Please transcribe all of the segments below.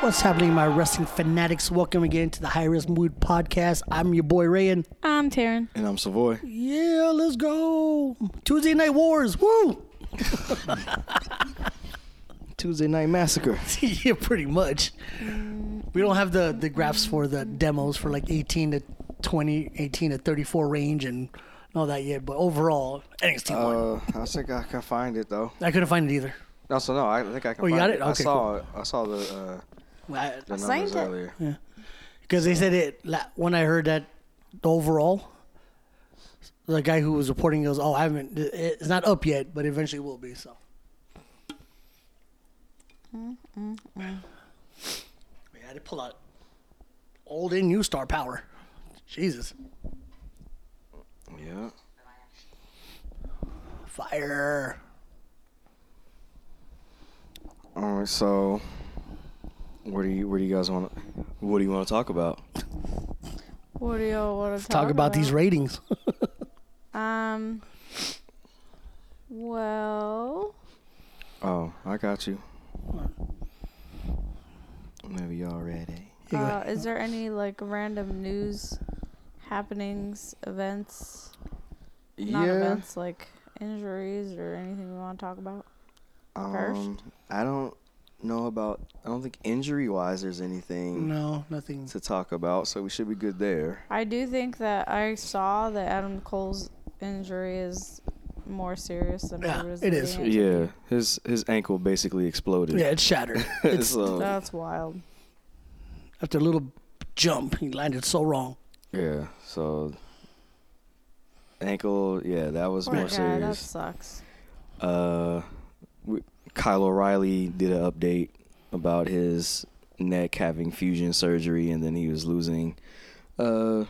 What's happening, my wrestling fanatics? Welcome again to the High Risk Mood Podcast. I'm your boy Rayan. I'm Taryn. And I'm Savoy. Yeah, let's go. Tuesday Night Wars. Woo! Tuesday Night Massacre. yeah, pretty much. We don't have the, the graphs for the demos for like 18 to 20, 18 to 34 range and all that yet, but overall, NXT won. Uh, I think I can find it though. I couldn't find it either. No, so no, I think I can. Oh, you find got it? I Okay, saw it. I saw the uh, Because the signed numbers it. earlier. they said it la- when I heard that overall, the guy who was reporting goes, Oh, I haven't, it- it's not up yet, but eventually will be. So, man, I had to pull out old and new star power. Jesus. Yeah. Fire. All right. So, where do you where do you guys want? to What do you want to talk about? What do y'all want to Talk about these ratings. Um. Well, Oh, I got you. Whenever y'all ready. uh, is there any like random news, happenings, events, not events like injuries or anything we want to talk about? first? Um, I don't know about. I don't think injury wise there's anything no, nothing. to talk about, so we should be good there. I do think that I saw that Adam Cole's injury is more serious than Yeah, I was it is. leading it to Yeah, his his ankle basically exploded. Yeah, it's shattered. be. so That's wild. After a little jump, he landed so wrong. yeah, so ankle. Yeah, that was Poor more guy, that serious. sucks. Uh, we, Kyle O'Reilly did an update about his neck having fusion surgery, and then he was losing, uh,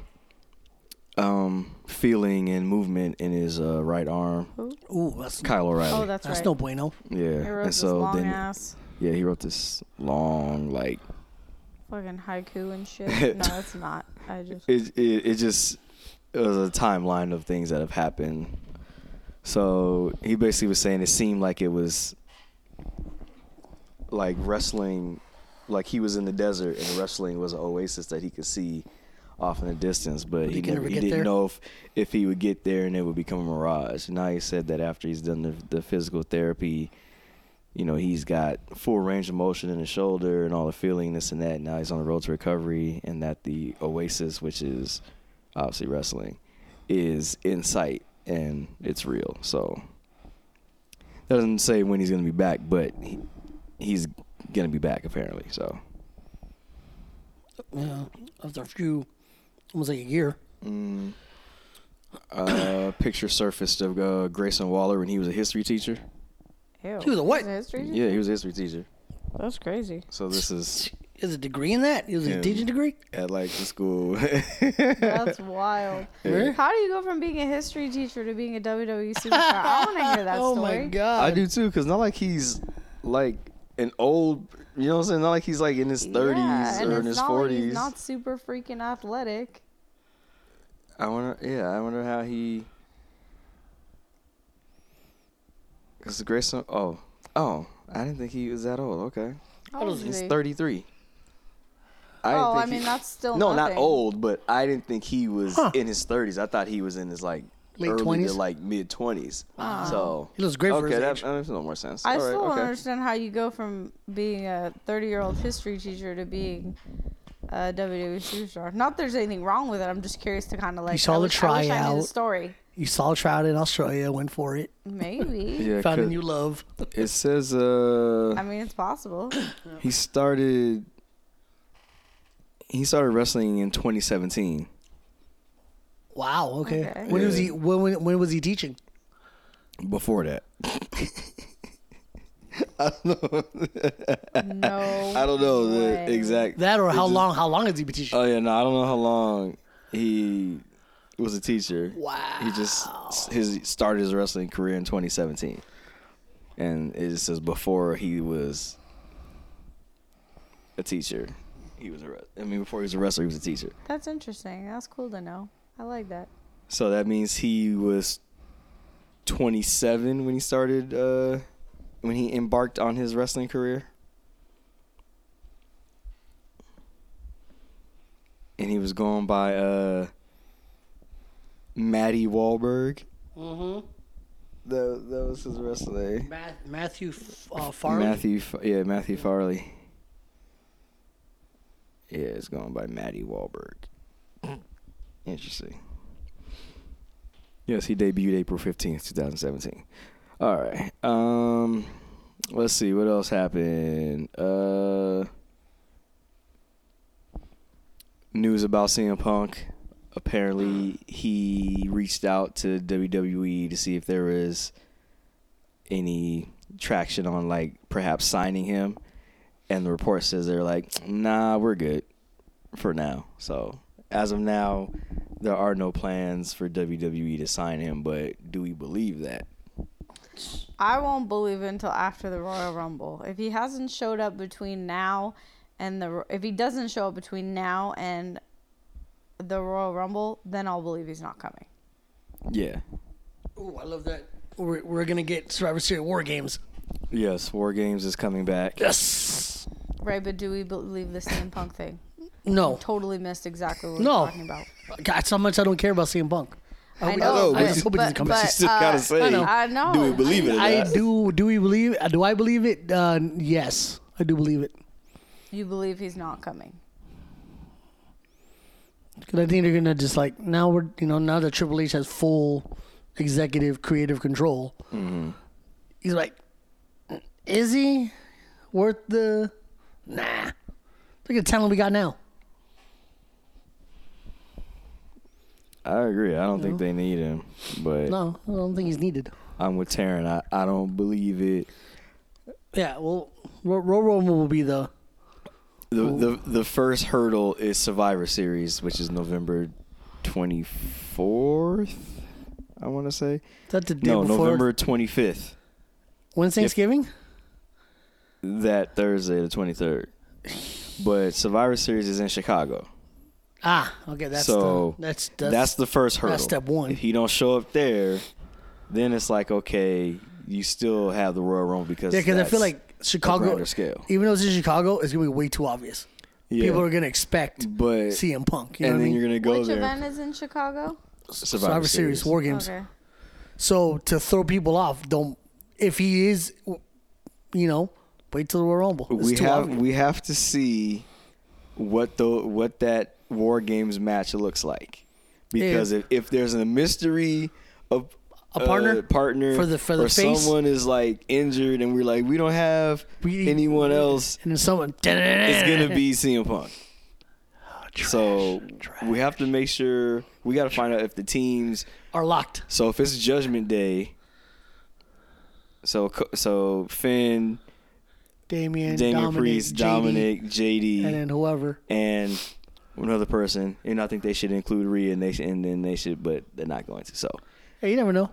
um, feeling and movement in his uh, right arm. Ooh, that's, Kyle O'Reilly. Oh, that's, that's right. no bueno. yeah, He wrote and this so long then ass yeah, he wrote this long like fucking haiku and shit. no, it's not. I just it, it it just it was a timeline of things that have happened. So he basically was saying it seemed like it was like wrestling, like he was in the desert and wrestling was an oasis that he could see off in the distance, but he he, could never, never he get didn't there? know if, if he would get there and it would become a mirage. Now he said that after he's done the, the physical therapy, you know, he's got full range of motion in his shoulder and all the feeling, this and that. Now he's on the road to recovery, and that the oasis, which is obviously wrestling, is in sight and it's real. So that doesn't say when he's going to be back, but he, he's going to be back apparently. So Yeah, after a few, almost like a year. Mm. uh, picture surfaced of uh, Grayson Waller when he was a history teacher. Ew. He was a what? Is it history? Yeah, he was a history teacher. That's crazy. So this is Is a degree in that? Is it a Yeah. teaching degree? at like the school. That's wild. How do you go from being a history teacher to being a WWE superstar? I want to hear that oh story. my I god! do too, cause not like he's like an old, you know what I'm saying? Not like he's like in his 30s Yeah, and or it's in his not like 40s. he's not super freaking athletic. I wonder. Yeah, I wonder how he. Cause Grayson. Oh, oh, I didn't think he was that old. Okay, How old he's is he? 33. I Oh, I he- mean, that's still no, nothing. not old, but I didn't think he was Huh. in his 30s. I thought he was in his like Late early 20s? to like mid 20s. So He looks great for okay, his that, age. that makes a little more sense. I All right, still don't okay. understand how you go from being a 30 year old history teacher to being a WWE superstar. Not that there's anything wrong with it. I'm just curious to kind of like. saw I the wish, I wish I knew the tryout. story. You saw Trout in Australia, went for it, Maybe. Yeah, found a 'cause new love. it says uh I mean, it's possible. He started. He started wrestling in 2017. Wow. Okay. Okay. When was Yeah. he? When, when when was he teaching? Before that, No. I don't know way. the exact. That or it how just- long? How long has he been teaching? Oh yeah, no, I don't know how long he was a teacher. Wow. He just his started his wrestling career in 2017, and it just says before he was a teacher. He was a. wres- I mean, before he was a wrestler, he was a teacher. That's interesting. That's cool to know. I like that. So that means he was 27 when he started, uh, when he embarked on his wrestling career. and he was going by uh, Matty Wahlberg. Mm-hmm. That, that was his wrestling name. Math- Matthew F- uh, Farley. Matthew, F- yeah, Matthew Farley. Yeah, it's going by Matty Wahlberg. Interesting. Yes, he debuted April fifteenth, two thousand seventeen. All right. Um, let's see what else happened. Uh, news about CM Punk. Apparently, he reached out to WWE to see if there was any traction on like perhaps signing him. And the report says they're like, nah, we're good for now. So as of now, there are no plans for WWE to sign him. But do we believe that? I won't believe it until after the Royal Rumble. If he hasn't showed up between now and the if he doesn't show up between now and the Royal Rumble, then I'll believe he's not coming. Yeah. Ooh, I love that. We're, we're gonna get Survivor Series War Games. Yes, War Games is coming back. Yes. Right, but do we believe the CM Punk thing? No. Totally missed exactly what No. we're talking about. God, so much I don't care about CM Punk. I hope he- know, I just hope he doesn't come back. But, Still uh, gotta say, I know. I know. do we believe it? Or I not? do. Do we believe? Do I believe it? Uh, yes, I do believe it. You believe he's not coming. Because I think they're gonna just like now we're you know now that Triple H has full executive creative control, Mm-hmm. he's like, is he worth the? Nah, look at the talent we got now. I agree. I don't think they need him, but No, I don't think he's needed. I'm with Taryn. I, I don't believe it. Yeah, well, Ro- Royal Rumble will be the The, the the first hurdle is Survivor Series, which is November 24th. I want to say that's the day no, before. November 25th. When's Thanksgiving? That Thursday, the 23rd. But Survivor Series is in Chicago. Ah, okay, that's So, the, that's That's, the first hurdle. step one. If he don't show up there, then it's like okay, you still have the Royal Rumble because Yeah, because I feel that's- like Chicago, grander scale. even though it's in Chicago, it's gonna be way too obvious. Yeah. People are gonna expect but CM Punk. You know and what I then mean? you're gonna go Which there. event is in Chicago? Survivor, Survivor Series, War Games. Okay. So to throw people off, don't if he is, you know, wait till the Royal Rumble. It's we too have obvious. we have to see what the what that War Games match looks like because if, if there's a mystery of A partner? uh, partner For the- for the or face? someone is like injured and we're like we don't have We- anyone else and then someone. it's gonna be CM Punk. so we have to make sure we got to find out if the teams are locked. So if it's Judgment Day, so Co- so Finn, Damien, Damian Dominic, Priest, JD, Dominic, JD, and and, then whoever. another person, and I think they should include Rhea, and they should, and then they should, but they're not going to. So Hey, you never know.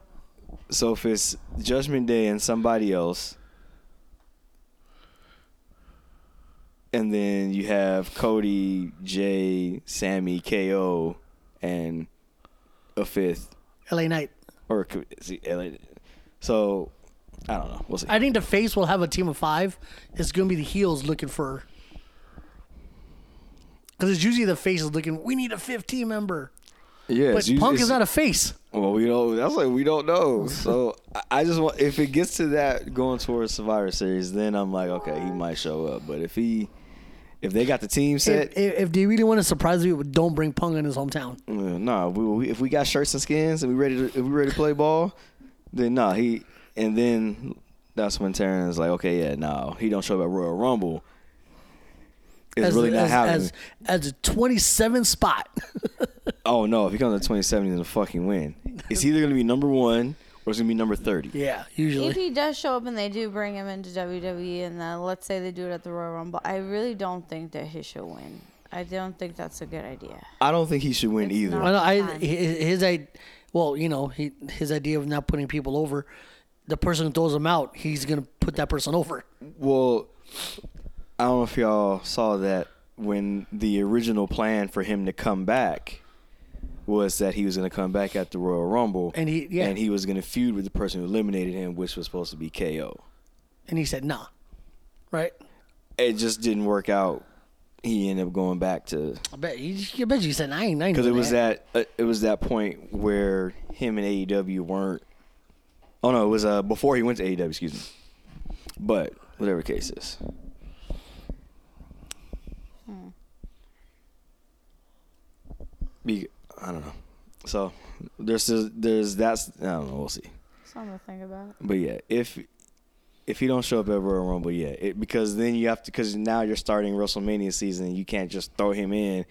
so if it's Judgment Day and somebody else, and then you have Cody, Jay, Sammy, KO, and a fifth LA Knight. or it could- see, LA. So I don't know. We'll see. I think the face will have a team of five. It's gonna be the heels looking for. Because it's usually the face is looking. We need a 15 member, yeah, but Punk is not a face. Well, we don't. That's like we don't know. So I- I just want if it gets to that going towards Survivor Series, then I'm like, okay, he might show up. But if he, if they got the team set, If, if, if they really want to surprise people, don't bring Punk in his hometown. uh, nah. We, we if we got shirts and skins and we ready to if we ready to play ball, then nah. He and then that's when Terrence is like, okay, yeah, no, he don't show up at Royal Rumble. It's really not as, happening. As, as a 27th spot. Oh no! If he comes to 2070, then fucking win. It's either gonna be number one or it's gonna be number 30. yeah, If usually. he does show up and they do bring him into WWE, and then let's say they do it at the Royal Rumble, I really don't think that he should win. I don't think that's a good idea. I don't think he should win It's either. not- Well, no, I Fine. his, his I well, you know, he, his idea of not putting people over, the person who throws him out, he's gonna put that person over. Well, I don't know if y'all saw that when the original plan for him to come back was that he was gonna come back at the Royal Rumble And he- yeah. and he was gonna feud with the person who eliminated him, which was supposed to be KO. And he said, "Nah," right? It just didn't work out he ended up going back to I bet you, I bet you said I ain't. I ain't because it doing was that uh, it was that point where him and AEW weren't. Oh no, it was uh before he went to AEW. Excuse me. But whatever case is, be I don't know. So there's this- there's that's I don't know. We'll see. Something to think about. But yeah, if if he don't show up at Royal Rumble, yeah, it, because then you have to because now you're starting WrestleMania season. You can't just throw him in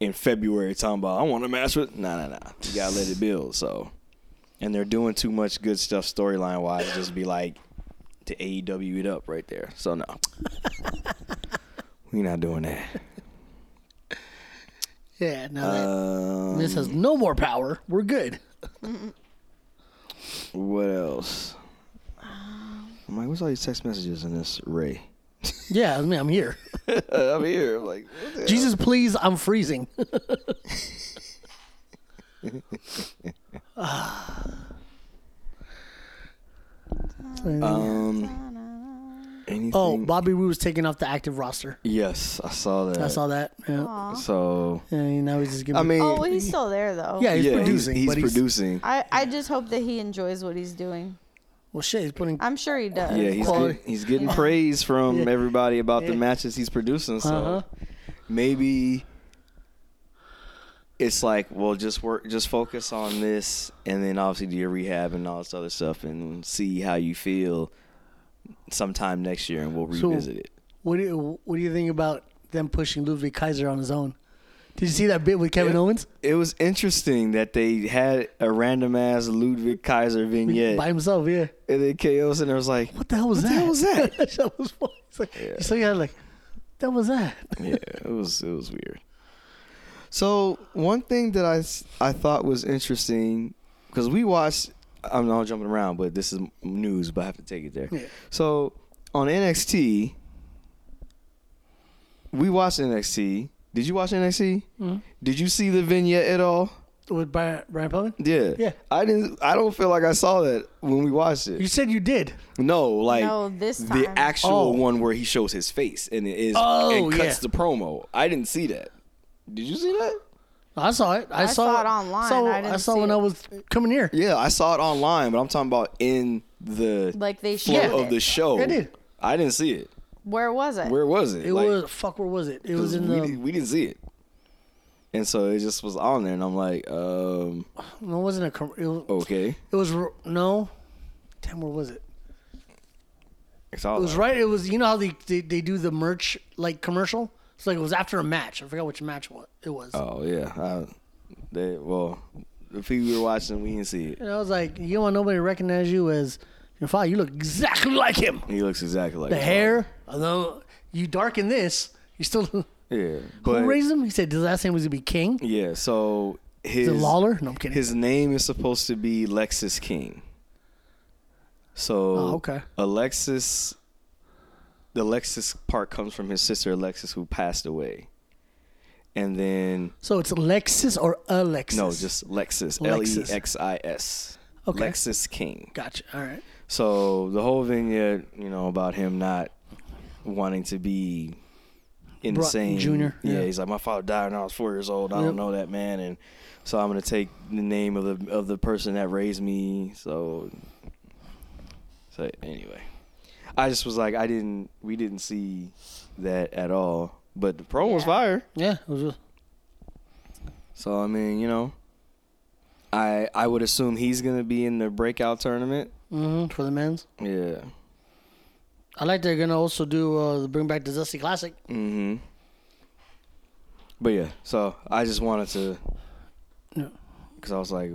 in February talking about I want a match with. Nah, nah, nah. You gotta let it build. So, and they're doing too much good stuff storyline wise. Just be like to AEW it up right there. So no, we're not doing that. Yeah, now that Um, this has no more power, we're good. what else? I'm like, what's all these text messages in this Ray? Yeah, I mean, I'm here. Uh, I'm here. I'm like, what the Jesus, please, I'm freezing. Anything? Oh, Bobby Roode was taken off the active roster. yes, I saw that. I saw that. Yeah, Aw. So and now he's just giving. I mean, Oh, well, he's still there though. yeah, he's yeah, producing. he's, but he's, producing. I, I just hope that he enjoys what he's doing. Well, shit, he's putting. I'm sure he does. yeah, he's quality. get, he's getting praise from Yeah. everybody about the Yeah. matches he's producing. So Uh-huh. maybe it's like, well, just work, just focus on this, and then obviously do your rehab and all this other stuff, and see how you feel sometime next year, and we'll So- revisit it. What do you, What do you think about them pushing Ludwig Kaiser on his own? Did you see that bit with Kevin Yeah. Owens It was interesting that they had a random ass Ludwig Kaiser vignette, by himself? Yeah. and then KO's and there was like, What the hell was What the that? hell was that? that was funny. It's like, Yeah. So yeah, like that was that. yeah, it was it was weird. So one thing that I s- I thought was interesting because we watched. I'm not jumping around, but this is m- news, but I have to take it there. Yeah. So on NXT, we watched NXT. Did you watch NXT? Hmm? Did you see the vignette at all? With Brian, Brian Pillman? Yeah. Yeah. I didn't. I don't feel like I saw that when we watched You it. said you did. No, like No, this the time. actual Oh. one where he shows his face and it is Oh, it cuts yeah. the promo. I didn't see that. Did you see that? I saw it. I, I saw it online. saw- I didn't saw see when it. I was coming here. Yeah, I saw it online, but I'm talking about in the Like they flow showed of it. the show. They did. I didn't see it. Where was it? Where was it? It Like, was fuck. Where was it? It was in we, the. di- we didn't see it. And so it just was on there, and I'm like, um, No, it wasn't a. com- It was, okay. it was r- no. Damn, where was it? It's all It was like- right. It was you know how they they, they do the merch like commercial. It's like it was after a match. I forgot which match wa- it was. Oh yeah. I, they, well, if we were watching, we didn't see it. And I was like, you don't want nobody to recognize you as your father. You look exactly like him. He looks exactly like The his hair, although you darken this, you still. father. Yeah. But who raised him? He said his last name was gonna be King. yeah. So Is his it Lawler? No, I'm kidding. His name is supposed to be Lexus King. So Oh, okay. Alexis the Lexus part comes from his sister Alexis who passed away. And then so it's Lexus or Alexis. no, just Lexus. L E Lexus. X I S. Okay. Lexus King. gotcha. All right. So the whole vignette, you know, about him not wanting to be Brought- insane. junior, Yeah. yeah. he's like, my father died when I was four years old. I Yep. don't know that man, and so I'm gonna take the name of the of the person that raised me. So, so anyway, I just was like, I didn't, we didn't see that at all. But the promo was Yeah. fire. Yeah. It was just, So I mean, you know, I I would assume he's gonna be in the breakout tournament. mhm, for the men's. Yeah. I like they're gonna also do uh, the bring back the Zesty Classic. Mm-hmm. But yeah, so I just wanted to, Yeah. because I was like,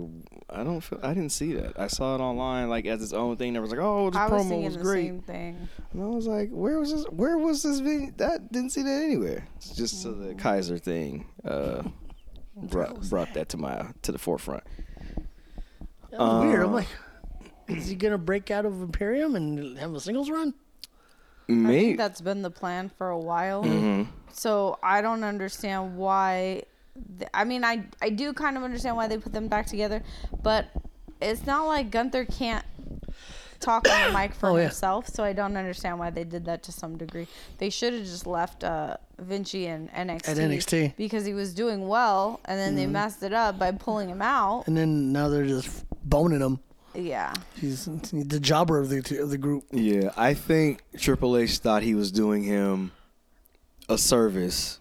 I don't feel, I didn't see that. I saw it online like as its own thing. I was like, oh, this I was promo thinking was the great, same thing. and I was like, where was this? Where was this video? That didn't see that anywhere. It's just so Mm. the Kaiser thing uh, brought brought that to my to the forefront. That was weird. I'm Uh, like, is he gonna break out of Imperium and have a singles run? I think Maybe that's been the plan for a while. Mm-hmm. So I don't understand why. th- I mean, I I do kind of understand why they put them back together, but it's not like Gunther can't talk on the mic for Oh, yeah. himself, so I don't understand why they did that to some degree. They should have just left uh, Vinci and NXT, At NXT. because he was doing well, and then Mm-hmm. they messed it up by pulling him out. And then now they're just boning him. Yeah, He's, he's the jobber of the of the group. Yeah, I think Triple H thought he was doing him a service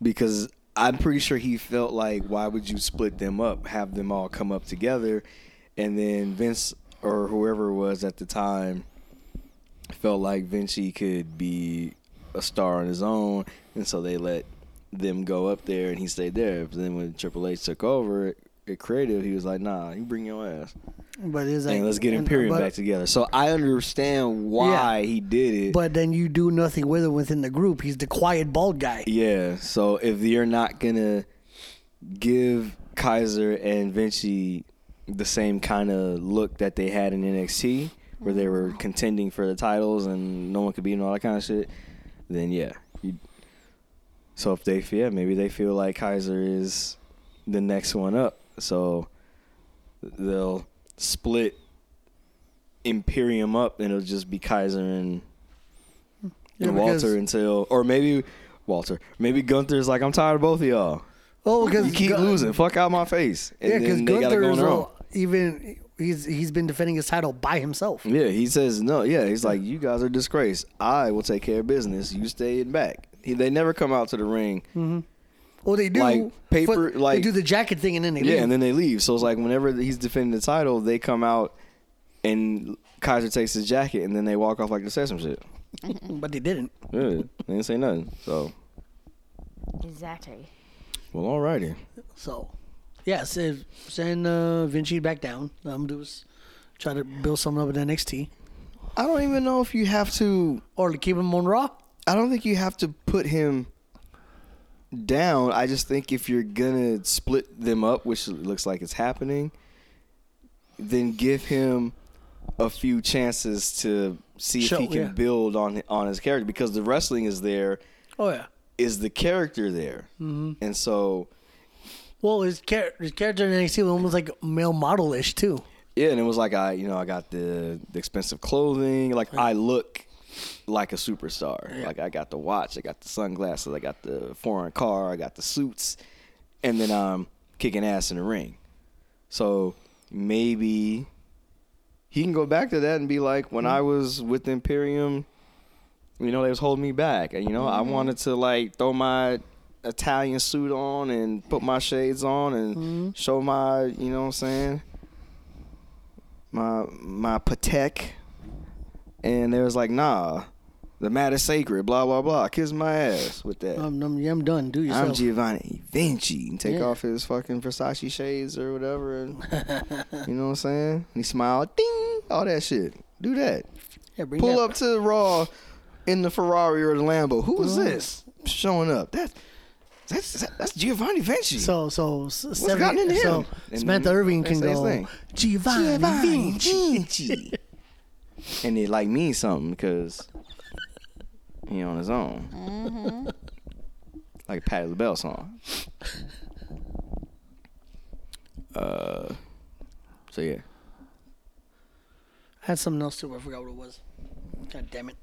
because I'm pretty sure he felt like, why would you split them up, have them all come up together, and then Vince or whoever it was at the time felt like Vinci could be a star on his own, and so they let them go up there and he stayed there. But then when Triple H took over at creative, he was like, nah, you bring your ass. But it's like And let's get and- uh, Imperium but- back together. So I understand why he did it. But then you do nothing with him within the group. He's the quiet bald guy. yeah. So if you're not gonna give Kaiser and Vinci the same kind of look that they had in NXT, where they Mm-hmm. were contending for the titles and no one could beat them, all that kind of shit, then yeah. You, so if they feel, yeah, maybe they feel like Kaiser is the next one up. So they'll split Imperium up and it'll just be Kaiser and, Yeah, and because- Walter until, or maybe Walter, maybe Gunther's like, I'm tired of both of y'all. Oh, because You keep Gun- losing. Fuck out my face. And Yeah, because then they Gunther gotta go on is their a- own. even he's he's been defending his title by himself. Yeah, he says no. Yeah, he's like, you guys are disgraced. I will take care of business. You stay in back. He, they never come out to the ring. Well, they do Like, but paper- they like- do the jacket thing and then they Yeah, leave. and then they leave. So it's like whenever he's defending the title, they come out and Kaiser takes his jacket and then they walk off like they said some shit. but they didn't. Yeah, they didn't say nothing. So, exactly. well, alrighty. So, yes, if, send uh, Vinci back down. Let him do is try to build something up in NXT I don't even know if you have to. or to keep him on Raw. I don't think you have to put him down. I just think if you're gonna split them up, which it looks like it's happening, then give him a few chances to see Show, if he can yeah. build on on his character because the wrestling is there, Oh yeah. is the character there, mm-hmm. and so Well, his, char- his character in NXT was almost like male model ish too. yeah, and it was like I you know I got the, the expensive clothing, like I look like a superstar, like I got the watch, I got the sunglasses, I got the foreign car, I got the suits, and then I'm kicking ass in the ring. So maybe he can go back to that and be like, when I was with Imperium, you know, they was holding me back. And, you know, I wanted to like throw my Italian suit on and put my shades on and show my, you know what I'm saying, my my Patek. And they was like, nah, the matter's sacred, blah, blah, blah. Kiss my ass with that. I'm, I'm, yeah, I'm done. Do yourself. I'm Giovanni Vinci. And take Yeah. off his fucking Versace shades or whatever. And, you know what I'm saying? And he smiled, ding, all that shit. Do that. yeah, bring Pull that- up to Raw in the Ferrari or the Lambo. Who is this showing up? That, that's that's Giovanni Vinci. So so s- gotten seven, into him? so And Samantha then Irving they can say his go thing. Giovanni, Giovanni Vinci. Vinci. and it like means something because he on his own. Mm-hmm. Like a Patti LaBelle song. Uh, so yeah. I had something else too. but I forgot what it was. God damn it.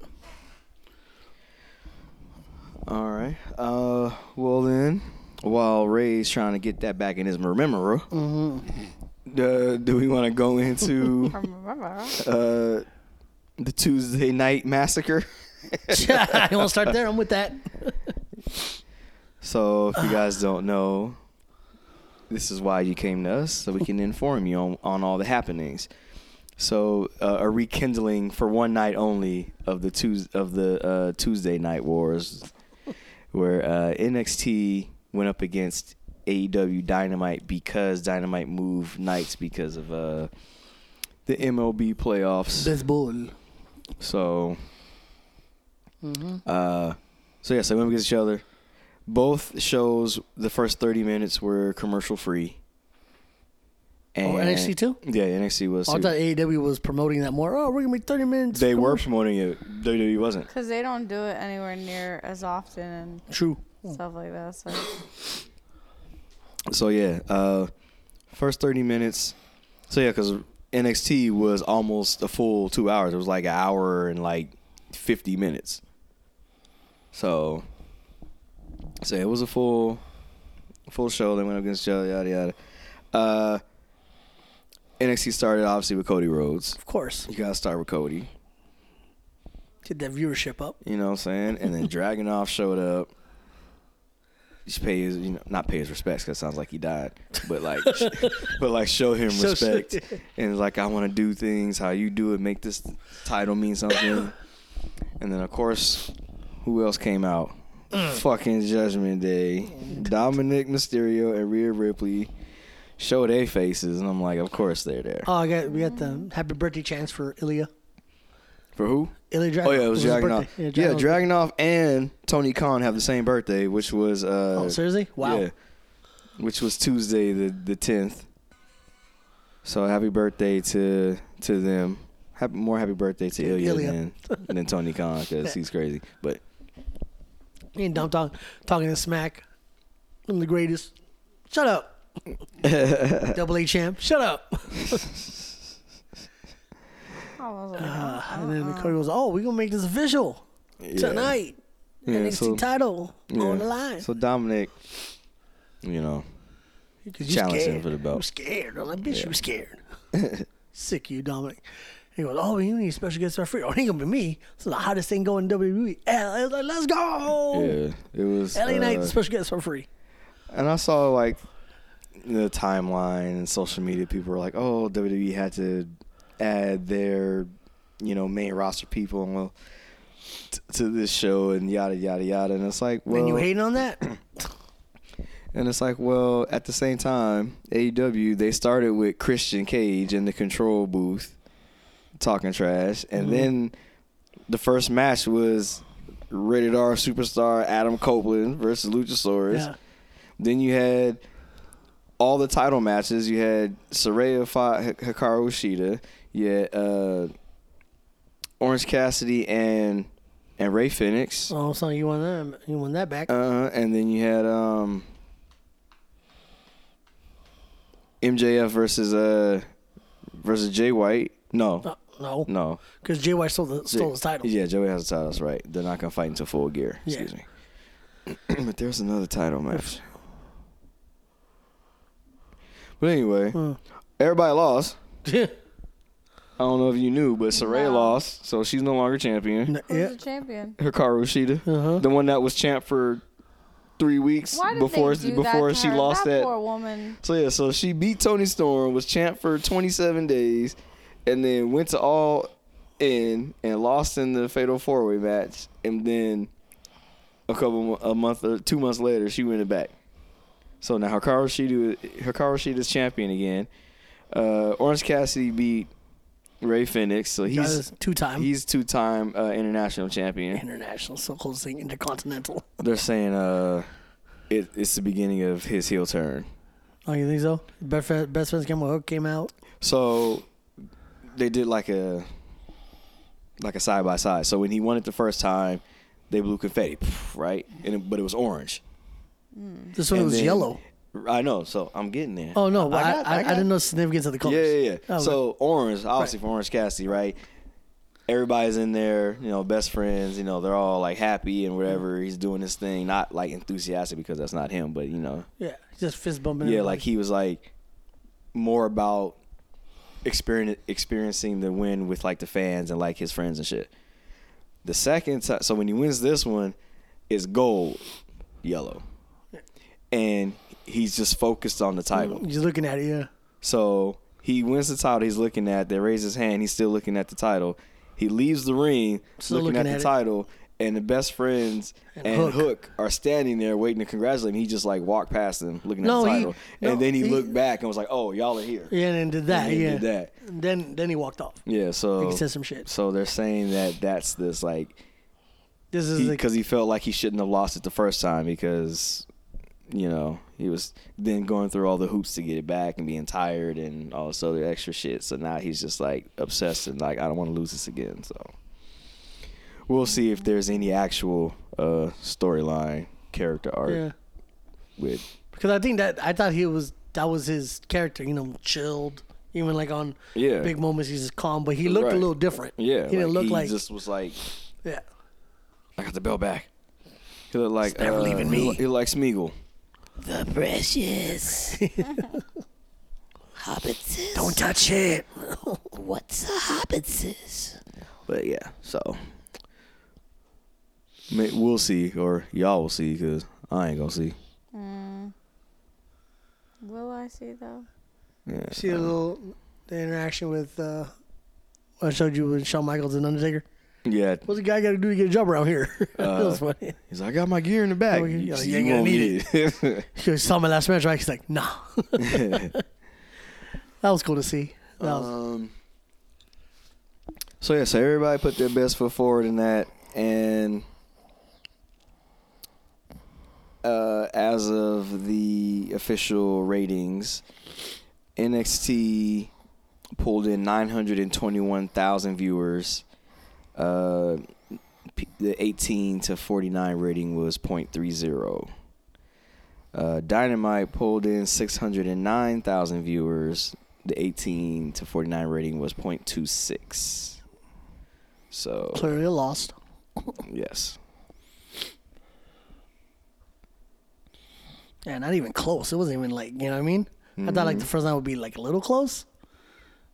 All right. Uh, well then, while Ray's trying to get that back in his remember, Mm-hmm. do we want to go into Remember? uh, the Tuesday night massacre? I want to start there. I'm with that. So, if you guys don't know, this is why you came to us, so we can inform you on, on all the happenings. So, uh, a rekindling for one night only of the Tues of the uh, Tuesday Night Wars, where uh, NXT went up against AEW Dynamite because Dynamite moved nights because of uh, the MLB playoffs. This bull. So, Mm-hmm. uh, so yeah, so we went against each other. Both shows, the first thirty minutes were commercial free. Oh, NXT too? Oh, Yeah, NXT was. I too. thought AEW was promoting that more. Oh, we're gonna make 30 minutes. they were promoting it. WWE wasn't. Because they don't do it anywhere near as often true. and stuff like that. So So yeah, uh, first thirty minutes. So yeah, because NXT was almost a full two hours. It was like an hour and like fifty minutes. So, so it was a full, full show. They went up against Joe, yada yada. Uh, NXT started obviously with Cody Rhodes. Of course. You gotta start with Cody. Get that viewership up. You know what I'm saying? And then Dragonoff showed up. Just pay his, you know, not pay his respects because it sounds like he died, but like, but like show him Show- show- respect. And it's like, I want to do things how you do it. Make this title mean something. and then of course, who else came out? Fucking Judgment Day. Dominic Mysterio and Rhea Ripley show their faces, and I'm like, of course they're there. Oh, I got we got the happy birthday chance for Ilya. For who? Ilya Dragunov. Oh yeah, it was his Dragunov. birthday. Yeah, Dragunov's- Dragunov and Tony Khan have the same birthday, which was uh Oh, seriously? Wow. yeah, which was Tuesday the the 10th. So happy birthday to to them. Happy, more happy birthday to Ilya, Ilya. Than, than Tony Khan cuz he's crazy. But Me and Dom Dog talking to smack. I'm the greatest. Shut up. Double A champ. Shut up. I was like, Uh, and then Cody goes, "Oh, we gonna make this official yeah. tonight. Yeah, NXT so- title yeah. on the line." So Dominic you know, 'Cause you challenged him scared. for the You belt. scared. I'm like, bitch, Yeah. you scared. Sick of you, Dominic. He goes, oh, you need special guest referee. Oh, it ain't gonna be me. This is the hottest thing going in WWE. And I was like, Let's go. Yeah, it was LA Oh. Knight uh, special guest referee. And I saw like the timeline and social media people were like, "Oh, WWE had to add their, you know, main roster people and well t- to this show and yada yada yada." And it's like, well, and you hating on that? and it's like, well, at the same time, AEW they started with Christian Cage in the control booth talking trash, and Mm-hmm. then the first match was rated R superstar Adam Copeland versus Luchasaurus. yeah. Then you had all the title matches. You had Saraya fought Hi- Hikaru Shida. You had uh, Orange Cassidy and and Ray Phoenix. Oh, so you want that? You want that back? Uh, and then you had um, MJF versus uh versus Jay White. No, Uh, no, no. because Jay White stole the stole his title. Yeah, Joey has a title. That's right. They're not gonna fight until full gear. Yeah. Excuse me. but there's another title match. But anyway, Hmm. everybody lost. Yeah. I don't know if you knew, but Saray No. lost, so she's no longer champion. No, who's yeah. the champion? Hikaru Shida, Uh-huh. the one that was champ for three weeks Why did before they do before that to she her? lost that that. poor woman. So yeah, so she beat Tony Storm, was champ for 27 days, and then went to All In and lost in the Fatal Four Way match, and then a couple mo- a month or two months later she went it back. So now Hikaru Shida Hikaru Shida's champion again. Uh, Orange Cassidy beat Ray Phoenix, so he's two time he's two time uh, international champion. international, so called thing intercontinental. They're saying uh, it, it's the beginning of his heel turn. Oh, you think so? Best friend, best friends came out. Came out. So they did like a like a side by side. So when he won it the first time, they blew confetti, pff, right? And it, but it was orange. This one And was then- yellow. I know. So I'm getting there. Oh no, I, got- I, I, got- didn't know the significance of the colors. Yeah, yeah, yeah. Oh, so orange, obviously for Orange Cassidy, right? Everybody's in there, you know, best friends. You know, they're all like happy and Mm. whatever. He's doing his thing, not like enthusiastic because that's not him, but you know, yeah, just fist bumping. yeah, everybody. like he was like more about experience, experiencing the win with like the fans and like his friends and shit. The second time, so when he wins this one, it's gold, yellow, and he's just focused on the title. He's looking at it. Yeah, So he wins the title. He's looking at. They raise his hand. He's still looking at the title. He leaves the ring, Still looking, looking at, at it. the title, and the best friends And and, Hook. Hook. are standing there waiting to congratulate him. He just like walked past them, looking No, at the he- title, no, and then he, he- looked back and was like, "Oh, y'all are here." yeah, and then did that. And he yeah, did that. And then then he walked off. Yeah. So He said some shit. So they're saying that that's this like This is like because he, felt like he shouldn't have lost it the first time because you know he was then going through all the hoops to get it back and being tired and all this other extra shit so now he's just like obsessed and like i don't want to lose this again so we'll see if there's any actual uh storyline character arc yeah. with Because I think that I thought he was that was his character. You know, chilled, Even like on Yeah. big moments, he's just calm, but he looked Right. a little different. Yeah, he didn't look he like just was like, yeah. I got the bell back. He looked like never uh, leaving he me. lo- He likes Smeagol. The precious. hobbitses. Don't touch it. What's a hobbitses? But yeah, so May- we'll see, or y'all will see, because I ain't gonna see. Mm. Will I see though? Yeah. See the little the interaction with uh, I showed you with Shawn Michaels and Undertaker. Yeah, What's the guy got to do to get a job around here? Uh, that was funny. he's like, I got my gear in the back. Oh, you- You- oh, see, you ain't you gonna won't need it. He goes, saw my last match, right? He's like, nah. that was cool to see. That was, um, so yeah, so everybody put their best foot forward in that, and uh, as of the official ratings, NXT pulled in 921,000 viewers. Uh, p- the 18 to 49 rating was 0.30. Uh, Dynamite pulled in 609,000 viewers. The 18 to 49 rating was 0.26. So, clearly a loss. yes. Yeah, not even close. It wasn't even like, you know what I mean? I thought Hmm. like the first line would be like a little close.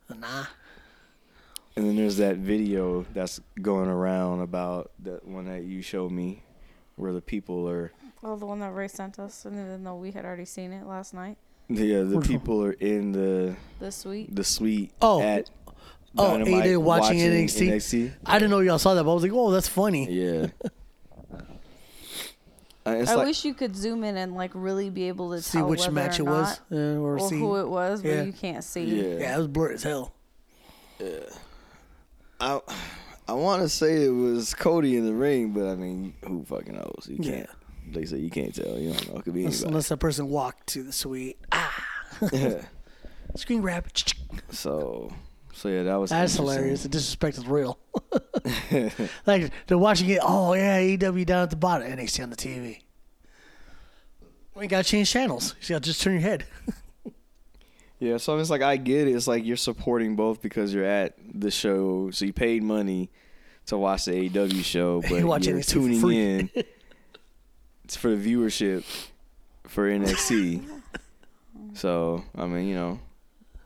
Nah. And then there's that video that's going around about that one that you showed me where the people are Oh, the one that Ray sent us, and even though we had already seen it last night, yeah, the Which one? people are in the the suite. the suite Oh. at Oh, Dynamite AJ watching NXT? NXT. I didn't know y'all saw that, but I was like, oh, that's funny. Yeah. Uh, it's I like, wish you could zoom in and like really be able to see tell which whether match or it was. not- uh, or or see. who it was, but Yeah. you can't see. yeah. yeah, it was blurred as hell. I I want to say it was Cody in the ring, but I mean, who fucking knows? You can't. They say you can't tell. You don't know. It could be Unless, anybody. unless that person walked to the suite. Ah, screen grab. so, so yeah, that was That's interesting. hilarious. The disrespect is real. like they're watching it. Oh yeah, AEW down at the bottom, NXT on the TV. We ain't gotta change channels. You gotta just turn your head. Yeah, so it's like I get it. It's like you're supporting both because you're at the show, so you paid money to watch the AEW show, but You watch you're NXT for tuning free. in. It's for the viewership for NXT. so I mean, you know,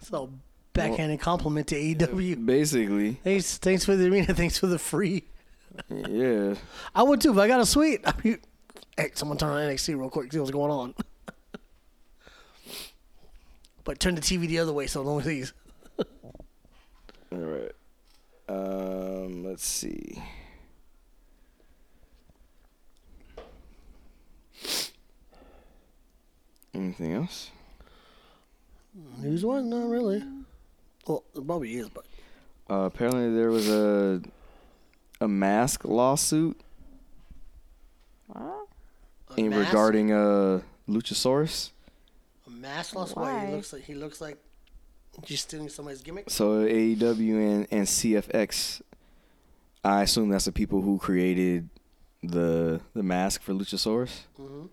So backhanded compliment to AEW. basically, Thanks, thanks for the arena. Thanks for the free. yeah. I would too if I got a suite. I mean, hey, someone turn on NXT real quick. See what's going on. but turn the TV the other way so long as these. All right. Um, let's see. Anything else? News one? Not really. Well, it probably is, but Uh, apparently, there was a a mask lawsuit What? A in mask- regarding uh Luchasaurus. a mask loss. Why Why? he looks like he looks like just stealing somebody's gimmick. So AEW and and CFX. I assume that's the people who created the the mask for Luchasaurus. Mm-hmm. hmm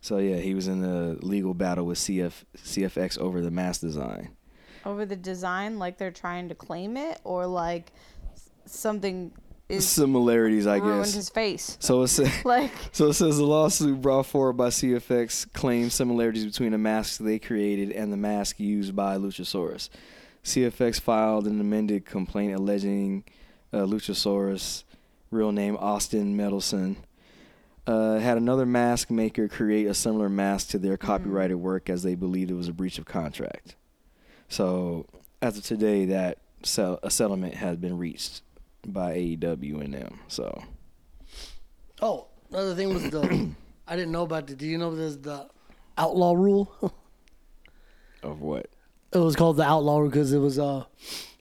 So yeah, he was in a legal battle with CF CFX over the mask design. Over the design, like they're trying to claim it, or like s- something is similarities, I ruined guess. his face. So it says, Like so it says the lawsuit brought forward by CFX claims similarities between the masks they created and the mask used by Luchasaurus. CFX filed an amended complaint alleging uh, Luchasaurus, real name Austin Medelson, uh, had another mask maker create a similar mask to their copyrighted Mm. work as they believed it was a breach of contract. So as of today, that sell- a settlement has been reached by AEW and them. So. Oh, another thing was the I didn't know about the. Do you know there's the outlaw rule? Of what? it was called the outlaw because it was uh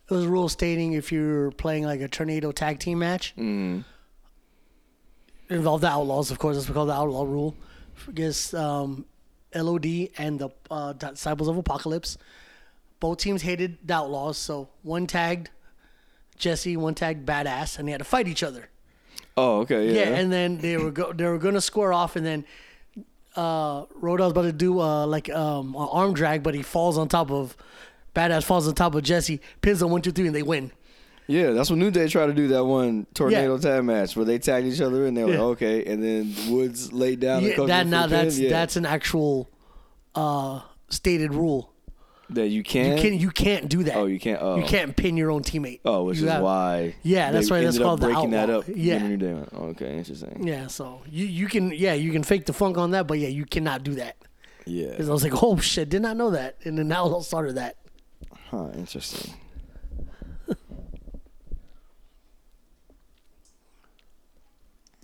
it was a rule stating if you're playing like a tornado tag team match Mm. it involved the outlaws of course that's called the outlaw rule I guess um lod and the uh, disciples of apocalypse both teams hated the outlaws so one tagged jesse one tagged badass and they had to fight each other Oh, okay. yeah, Yeah. and then they were go- they were gonna square off, and then uh, Roadhouse about to do uh, like um, an arm drag, but he falls on top of Badass falls on top of Jesse, pins on one, two, three, and they win. Yeah, that's what New Day tried to do that one tornado tag match where they tagged each other and they were Yeah. like, okay, and then Woods laid down. Yeah, and covered that him now for the pin. that's Yeah. that's an actual uh, stated rule. that you You can. can you can't do that. Oh, you can't. Oh, You can't pin your own teammate. Oh, which You is have- why. Yeah, that's they why that's ended up called the breaking that outlaw. up. Yeah. when New Day went- Okay, interesting. Yeah, so you you can yeah you can fake the funk on that, but yeah you cannot do that. Yeah. 'Cause I was like, oh shit, did not know that, and then now I'll start that. Huh. Interesting.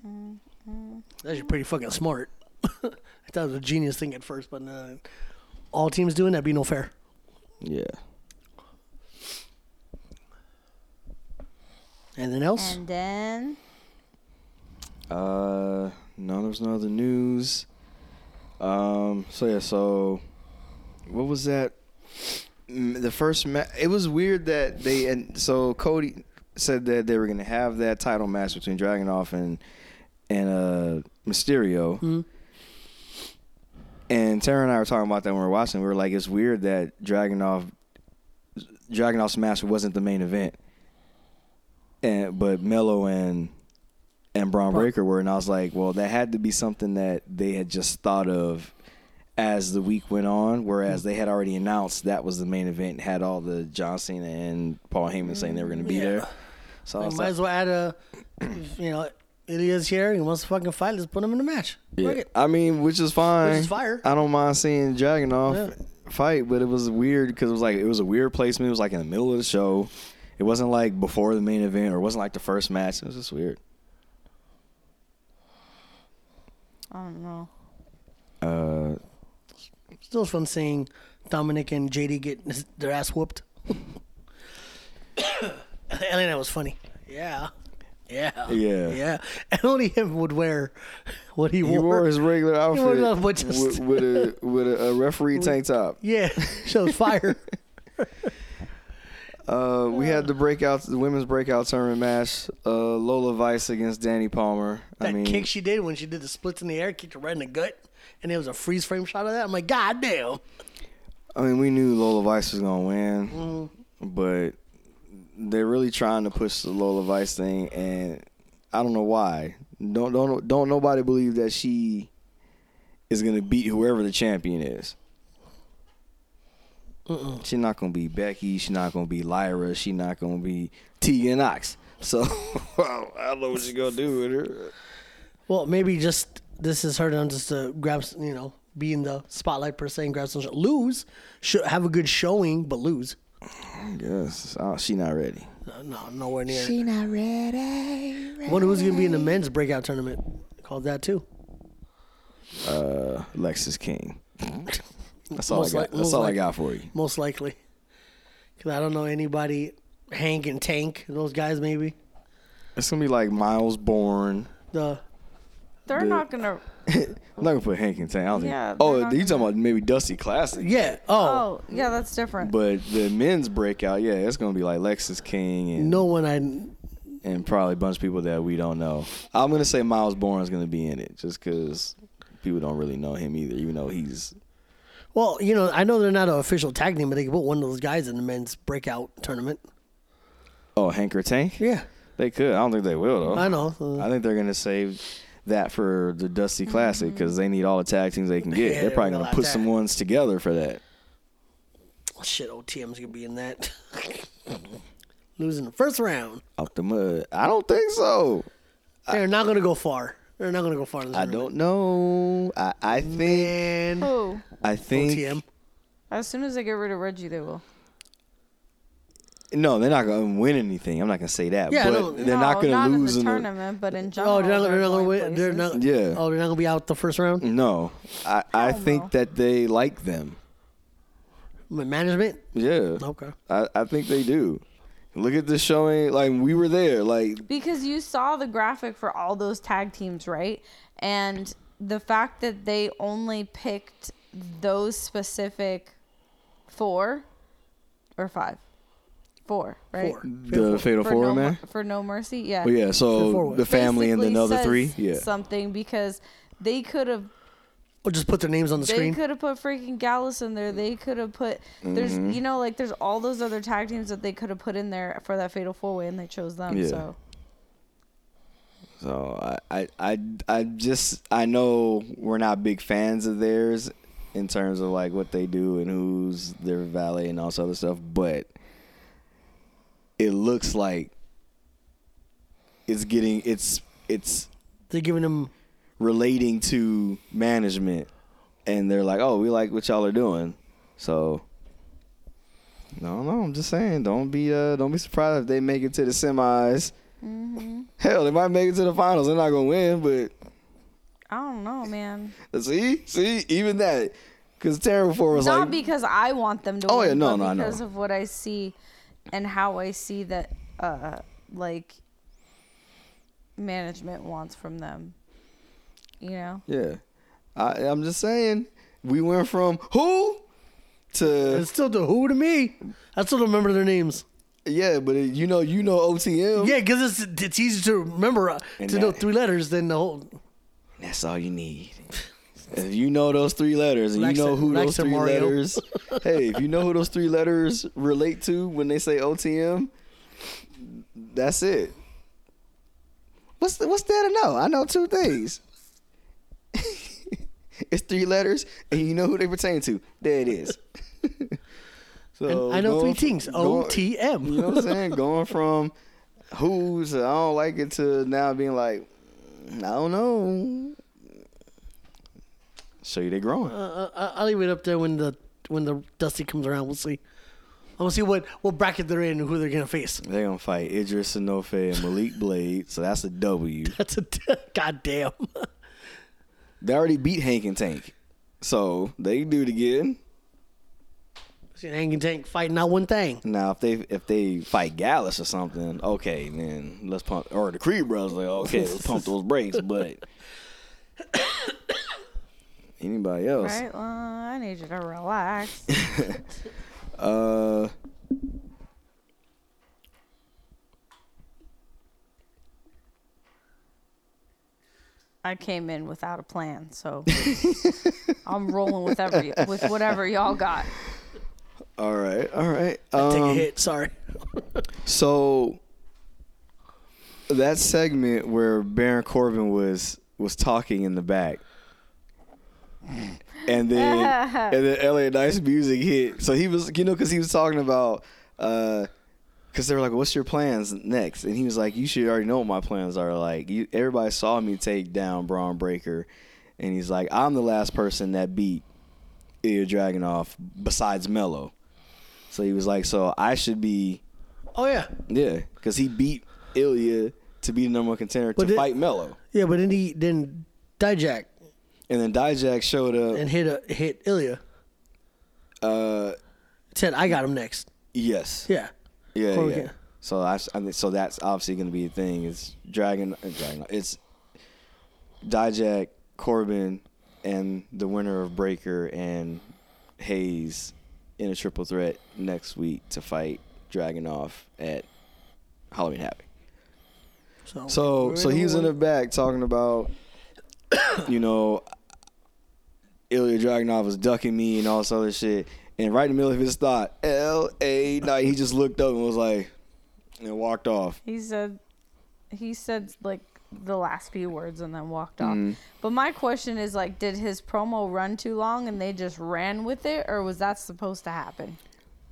That's actually pretty fucking smart. I thought it was a genius thing at first, but uh, all teams doing that'd be no fair. Yeah. Anything else? And then Uh, no, there's no other news. Um, so yeah, so what was that? Mm, The first match. It was weird that they and so Cody said that they were gonna have that title match between Dragonoff and and uh Mysterio. And Tara and I were talking about that when we were watching. We were like, it's weird that Dragonoff Dragonoff's match wasn't the main event. And but Mello and and Braun Bron- Breaker were, and I was like, well, that had to be something that they had just thought of as the week went on, whereas they had already announced that was the main event, had all the John Cena and Paul Heyman saying they were gonna be Yeah. there. So I Like, was Oh, might like, as well add a, you know, Ilya's here. He wants to fucking fight. Let's put him in the match. Yeah. Fuck it. I mean, which is fine. Which is fire. I don't mind seeing Dragonoff Yeah. fight, but it was weird because it was like it was a weird placement. It was like in the middle of the show. It wasn't like before the main event, or it wasn't like the first match. It was just weird. I don't know. Uh, Still fun seeing Dominic and JD get his- their ass whooped. Elena was funny. Yeah. Yeah. Yeah. Yeah. And only him would wear what he, he wore his regular outfit wore nothing but just- with, with a with a, a referee tank top. Yeah, shows fire. Uh, we had the breakout, the women's breakout tournament match. Uh, Lola Vice against Danny Palmer. that I mean, kick she did when she did the splits in the air, kicked her right in the gut, and it was a freeze frame shot of that. I'm like, God damn. I mean, we knew Lola Vice was gonna win, but they're really trying to push the Lola Vice thing, and I don't know why. Don't don't don't nobody believe that she is gonna beat whoever the champion is. She's not gonna be Becky. She's not gonna be Lyra. She's not gonna be Tegan Knox. So I don't know what she's gonna do with her. Well, maybe just this is her done just to grab, s- you know, be in the spotlight per se and grab some sh- lose, should have a good showing, but lose. I guess oh, she's not ready. No, no nowhere near. She not ready. I wonder who's gonna be in the men's breakout tournament. Called that too. Uh, Lexus King. That's all Most I like- got. That's most all I like- got for you. most likely. Cause I don't know anybody. Hank and Tank, those guys maybe. It's gonna be like Miles Bourne. The They're not gonna. I'm not gonna put Hank and Tank. I don't think. Yeah, oh, they're you not talking about maybe Dusty Classic? yeah. Oh, Oh, yeah, that's different. But the men's breakout, yeah, it's gonna be like Lexus King and no one I. and probably a bunch of people that we don't know. I'm gonna say Miles Bourne's gonna be in it just because people don't really know him either, even though he's Well, you know I know they're not an official tag team, but they can put one of those guys in the men's breakout tournament. oh Hank or Tank. Yeah, They could. I don't think they will though. I know. Uh, I think they're gonna save that for the Dusty Classic because Mm-hmm. they need all the tag teams they can get. Yeah, they're probably they're gonna like put that. some ones together for that. Shit, OTM's gonna be in that. Losing the first round, Out the mud. I don't think so. they're not gonna go far. They're not gonna go far. in this I tournament. don't know. I, I think And Who? I think OTM. As soon as they get rid of Reggie, they will. No, they're not going to win anything. I'm not going to say that. Yeah, but no, they're not going to lose in the in the- tournament, but in general. Oh, they're not, they're not gonna going win. They're places. not. Yeah. Mm. Oh, they're not gonna be out the first round. No, I, I Hell think no. that they like them. My management. Yeah, Okay. I, I think they do. Look at the showing. Like we were there. Like Because you saw the graphic for all those tag teams, right? And the fact that they only picked those specific four or five. Four, right? Four. the Fatal For, Four no, man. Mer- for No Mercy, yeah. Oh yeah, For so forward. the family and Basically then the other says three. Yeah, Something because they could have Or just put their names on the They screen. could have put freaking Gallus in there. They could have put there's Mm-hmm. you know like there's all those other tag teams that they could have put in there for that fatal four way and they chose them. Yeah. So So I, I I I just I know we're not big fans of theirs in terms of like what they do and who's their valet and all this other stuff, but it looks like it's getting it's it's They're giving them relating to management and they're like, Oh, we like what y'all are doing. So no, no, I'm just saying, don't be uh don't be surprised if they make it to the semis. Hell, they might make it to the finals. They're not gonna win, but uh, I don't know, man. see, see, even that, because Terraform was Not like, because I want them to Oh, win, yeah, no, but no, I know. because of what I see and how I see that uh like management wants from them. You know? yeah, I, I'm just saying, we went from who to it's still the who to me. I still don't remember their names. yeah, but it, you know, you know OTM. Yeah, because it's it's easy to remember uh, And to know that- three letters than the whole That's all you need. If you know those three letters and Relax you know it- who relax those it, three Mario. letters, hey, if you know who those three letters relate to when they say OTM, that's it. What's the, what's that to know? I know two things. it's three letters, and you know who they pertain to. There it is. so And I know three going from- things. going- OTM. You know what I'm saying? Going from who's I don't like it to now being like mm, I don't know. Show you they growing. Uh, I- I'll leave it up there when the when the Dusty comes around. We'll see. I'm gonna see what what bracket they're in and who they're gonna face. They're gonna fight Idris Sanofe and Malik Blade, so that's a W. That's a goddamn. They already beat Hank and Tank, so they do it again. See, Hang and Tank fighting not one thing. Now if they if they fight Gallus or something, okay, then let's pump or the Creed Brothers like okay, let's pump those brakes. But anybody else? Right? Well, I need you to relax. Uh, I came in without a plan, so I'm rolling with every with whatever y'all got. all right, all right. Take a Um, hit. Sorry. So that segment where Baron Corbin was was talking in the back. And then and then LA Nice music hit. So he was you know cuz he was talking about uh cuz they were like what's your plans next? And he was like you should already know what my plans are like. You everybody saw me take down Braun Breaker and he's like I'm the last person that beat Ilya Dragunov besides Mello. So he was like so I should be Oh yeah, yeah, because he beat Ilya to be the number one contender But to it- fight Mello, yeah. But then he then Dijak and then Dijak showed up. and hit a hit Ilya. uh, Said I got him next. yes, Yeah. yeah, Corey yeah. Ga- So I, I mean, so that's obviously going to be a thing. It's Dragon, uh, Dragon. It's Dijak, Corbin, and the winner of Breaker and Hayes in a triple threat next week to fight Dragonoff at Halloween Havoc. So So so he was in the back talking about, you know, Ilya Dragunov was ducking me and all this other shit. And right in the middle of his thought, L A night, he just looked up and was like, and walked off. He said he said like the last few words and then walked off. But my question is like did his promo run too long and they just ran with it or was that supposed to happen?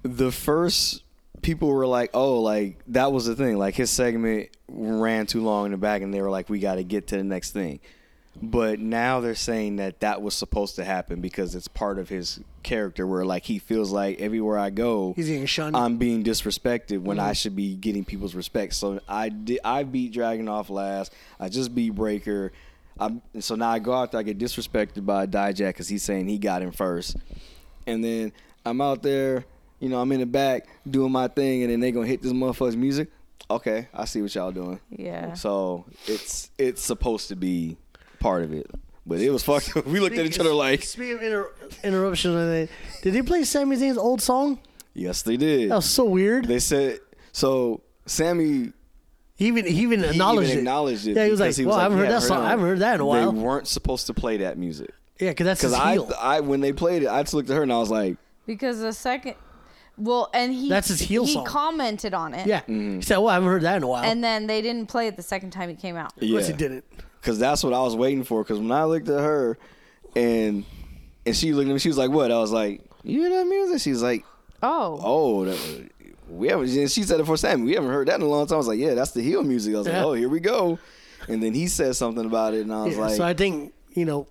The first people were like, oh, like that was the thing. Like his segment ran too long in the back, and they were like, we got to get to the next thing. But now they're saying that that was supposed to happen because it's part of his character, where like he feels like everywhere I go, he's getting shunned. I'm being disrespected when Mm. I should be getting people's respect. So I did. I beat Dragon off last. I just beat Breaker. I'm, and so now I go out there. I get disrespected by Dijak because he's saying he got him first, and then I'm out there. You know, I'm in the back doing my thing, and then they gonna hit this motherfucker's music. Okay, I see what y'all doing. Yeah. So it's it's supposed to be part of it, but it was fucked. up. we looked at each other like, Speaking of inter- interruption, I think- did they play Sami Zayn's old song? yes, they did. That was so weird. They said so. Sammy He even he even acknowledged he even it. acknowledged it. Yeah, he was like, because "Well, I haven't yeah, heard that song. I haven't heard that in a They while." weren't supposed to play that music. Yeah, because that's Because his I, heel. I when they played it, I just looked at her and I was like, because the second, well, and he That's his heel He song. commented on it. yeah. Mm-hmm. He said, "Well, I haven't heard that in a while." and then they didn't play it the second time he came out. of yeah, course he didn't. Because that's what I was waiting for. Because when I looked at her, and and she looked at me, she was like, "What?" I was like, "You hear that music?" She's like, Oh, "Oh, that, we haven't." And she said it for Sam. We haven't heard that in a long time. I was like, "Yeah, that's the heel music." I was Yeah. like, "Oh, here we go." And then he said something about it, and I was Yeah, like, so I think you know,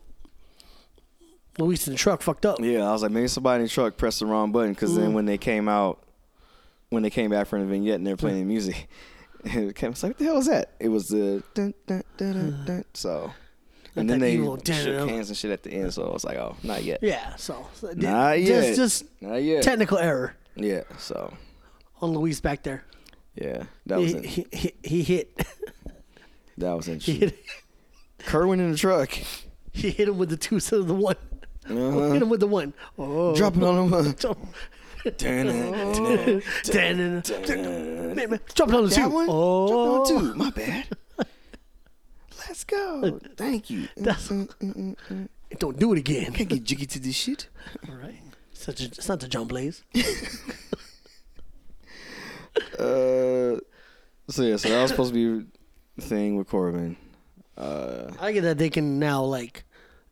Luis in the truck fucked up. Yeah, I was like, maybe somebody in the truck pressed the wrong button because Mm-hmm. then when they came out, when they came back from the vignette and they're playing the music, it came, I was like, what the hell was that? It was the dun, dun, dun, dun, dun. so, Like and then that they evil dun, dun, shook dun. hands and shit at the end. So I was like, oh, not yet, Yeah, so, so it did- not yet, just just not yet, technical error yeah. So on Luis back there. yeah, that was He, in, he, he, he hit that was he interesting. hit Kerwin in the truck, he hit him with the two instead of the one. uh-huh. Oh, Hit him with the one. Oh, drop it on him. Dun, dun, dun, Dun, dun. dun, dun. Drop it on the two. Oh, Drop it on two. My bad. Let's go. Thank you. That's- Mm, mm, mm, mm, mm. Don't do it again. Can't get jiggy to this shit. All right. Such a, it's not the John Blaze. Uh, so yeah, so that was supposed to be the thing with Corbin. Uh, I get that they can now like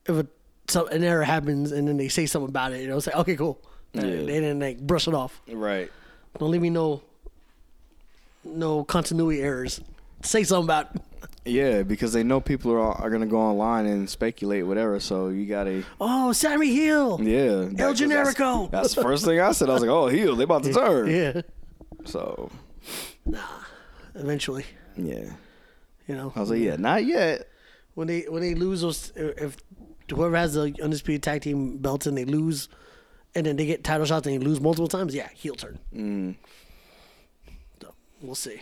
if a, some, an error happens and then they say something about it, you know, say okay, cool. And Yeah. They didn't like brush it off. right. Don't leave me no no continuity errors. Say something about Yeah, because they know people are are gonna go online and speculate whatever. So you gotta oh Sammy Hill. yeah. that- El 'cause that's- Generico. That's, the first thing I said. I was like, oh, heel. They about to turn. Yeah. So Eventually, yeah, you know. I was like, yeah, not yet. When they when they lose those if whoever has the undisputed tag team belts and they lose and then they get title shots and they lose multiple times, yeah, heel turn. Mm. So, we'll see.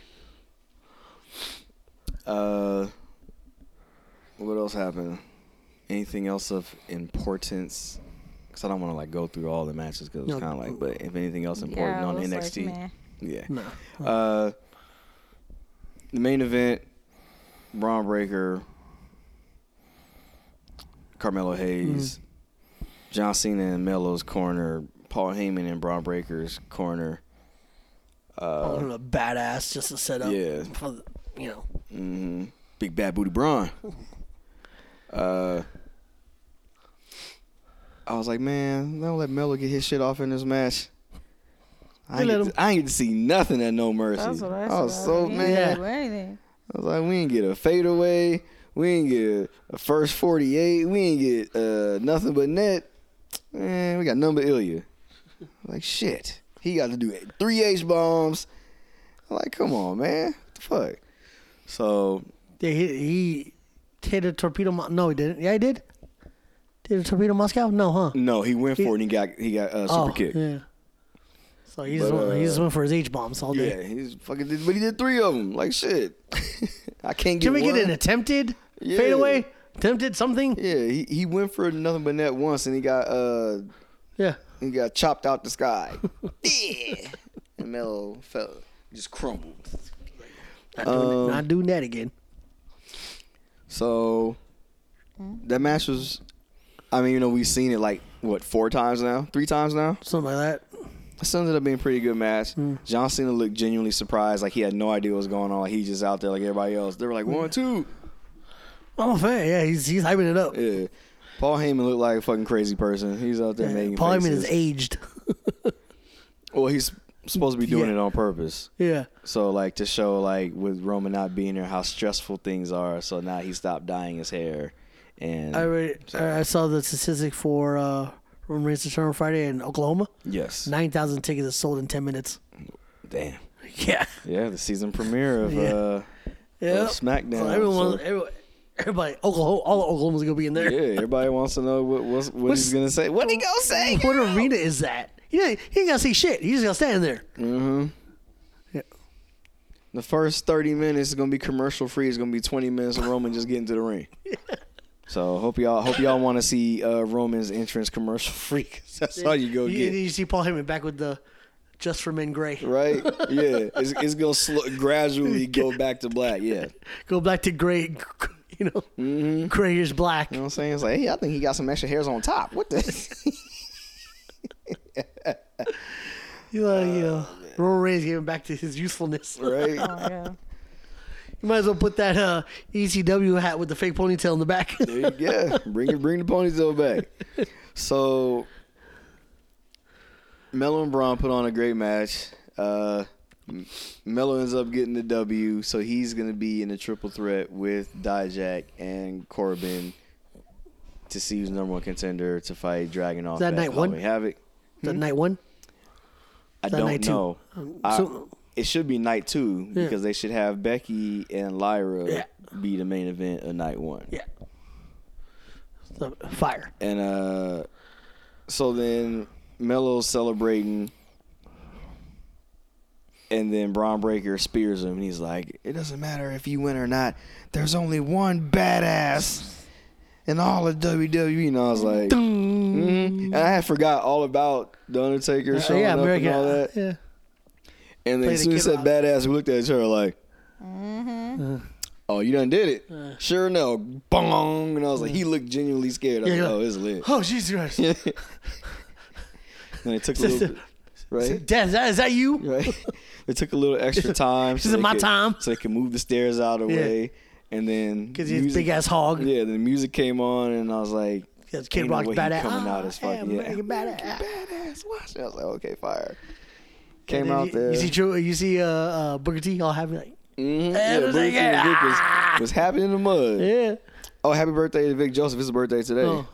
Uh, what else happened? Anything else of importance? Because I don't want to like go through all the matches because No. it's kind of like, but if anything else important yeah, on it was like, NXT, meh. yeah. No. Uh, the main event: Braun Breaker, Carmelo Hayes, John Cena and Melo's corner, Paul Heyman and Braun Breaker's corner. All in a badass just to set up yeah. for the, you know. hmm Big Bad Booty Braun. Uh, I was like, man, don't let Melo get his shit off in this match. I They ain't, let get him. to, I ain't get to see nothing at No Mercy. That's what I said. was Oh, so He mad. didn't Yeah. do anything. I was like, we ain't get a fadeaway. We ain't get a first 48. We ain't get uh, nothing but net. Man, we got number Ilya. Like, shit. He got to do three H bombs. I'm like, come on, man. What the fuck? So, They hit, he hit a torpedo. Mo- no, he didn't. Yeah, he did. Did a torpedo Moscow? No, huh? no, he went for it and he got, he got uh, Mm, super oh, kick. yeah. So he just, But, went, he just uh, went for his H bombs all day. Yeah, he's fucking did, but he did three of them. Like, shit. I can't get Can we get one. an attempted Yeah. fadeaway? Attempted something? Yeah. Yeah, he, he went for nothing but net once and he got, uh, He got chopped out the sky. yeah. And Melo fell, just crumbled. Not, doing Um, that, not doing that again. So Mm. that match was, I mean, you know, we've seen it like what four times now, three times now. Something like that. It ended up being a pretty good match. Mm. John Cena looked genuinely surprised, like he had no idea what was going on. Like he just out there like everybody else. They were Mm. like one, two. Oh, fair. Yeah, he's, he's hyping it up. Yeah. Paul Heyman looked like a fucking crazy person. He's out there Yeah, making Paul Heyman faces. is aged. Well, he's supposed to be doing Yeah. it on purpose. yeah. So like to show like with Roman not being there, how stressful things are. So now he stopped dyeing his hair, and I, already, I I saw the statistic for uh, Roman Reigns' return on Friday in Oklahoma. yes, 9,000 tickets are sold in 10 minutes. damn, Yeah. yeah, the season premiere of Yeah. uh, Yeah. of SmackDown. So everyone, So, everyone, everybody, Oklahoma, all of Oklahoma's gonna be in there. yeah, everybody wants to know what what's, what What's- he's gonna say. What he gonna say? What arena is that? He ain't, he ain't gonna say shit. He's just gonna stand there. Mm-hmm. Yeah. The first thirty minutes is gonna be commercial free. It's gonna be twenty minutes of Roman just getting to the ring. So hope y'all hope y'all want to see uh, Roman's entrance commercial free. 'cause that's all you go you, get. You see Paul Heyman back with the Just for Men gray. right? Yeah, it's, it's gonna slow, gradually go back to black. Yeah, Go back to gray. you know, Mm-hmm. grayish black. You know what I'm saying? It's like, hey, I think he got some extra hairs on top. What the? You know, you know, Uh, Roman Reigns gave him back to his youthfulness. right? Oh, yeah. You might as well put that uh, ECW hat with the fake ponytail in the back. There you go. bring it. Bring the ponytail back. So, Melo and Braun put on a great match. Uh, M- Melo ends up getting the W, so he's going to be in a triple threat with Dijak and Corbin to see who's number one contender to fight Dragon off. that night one? Havoc. the night one. I that don't night two? Um, know. I- so- it should be night two Yeah. because they should have Becky and Lyra Yeah. be the main event of night one. Yeah. So, fire. And uh so then Melo's celebrating and then Braun Breaker spears him and he's like, It doesn't matter if you win or not, there's only one badass in all of WWE and I was like "Mhm." and I had forgot all about The Undertaker Uh, showing yeah, up American. and all that. Oh, Yeah. And then Play as the soon as he kid said badass, we looked at each other like, Mm-hmm. Oh, you done did it. Uh. sure no. Bong. And I was like, he looked genuinely scared. I was Yeah, like, yeah. oh, it's lit. Oh Jesus Christ! and it took a little, right? Dad, is that, is that you? Right. It took a little extra time. This is they my could- time. So they could move the stairs out of the Yeah. way, and then Because he's a music- big ass hog. Yeah, then the music came on, and I was like, Yeah, Kid ain't no Rock's way he badass. coming out Ah, as fuck. yeah, yeah, American badass. badass. Watch. And I was like, okay, fire. And Came then out you, there. You see, Drew, you see uh, uh, Booker T all happy like, Mhm. Eh, Yeah, it was Booker like, T and Vic was- ah! was happening in the mud. yeah. Oh, happy birthday to Vic Joseph. It's his birthday today. Oh.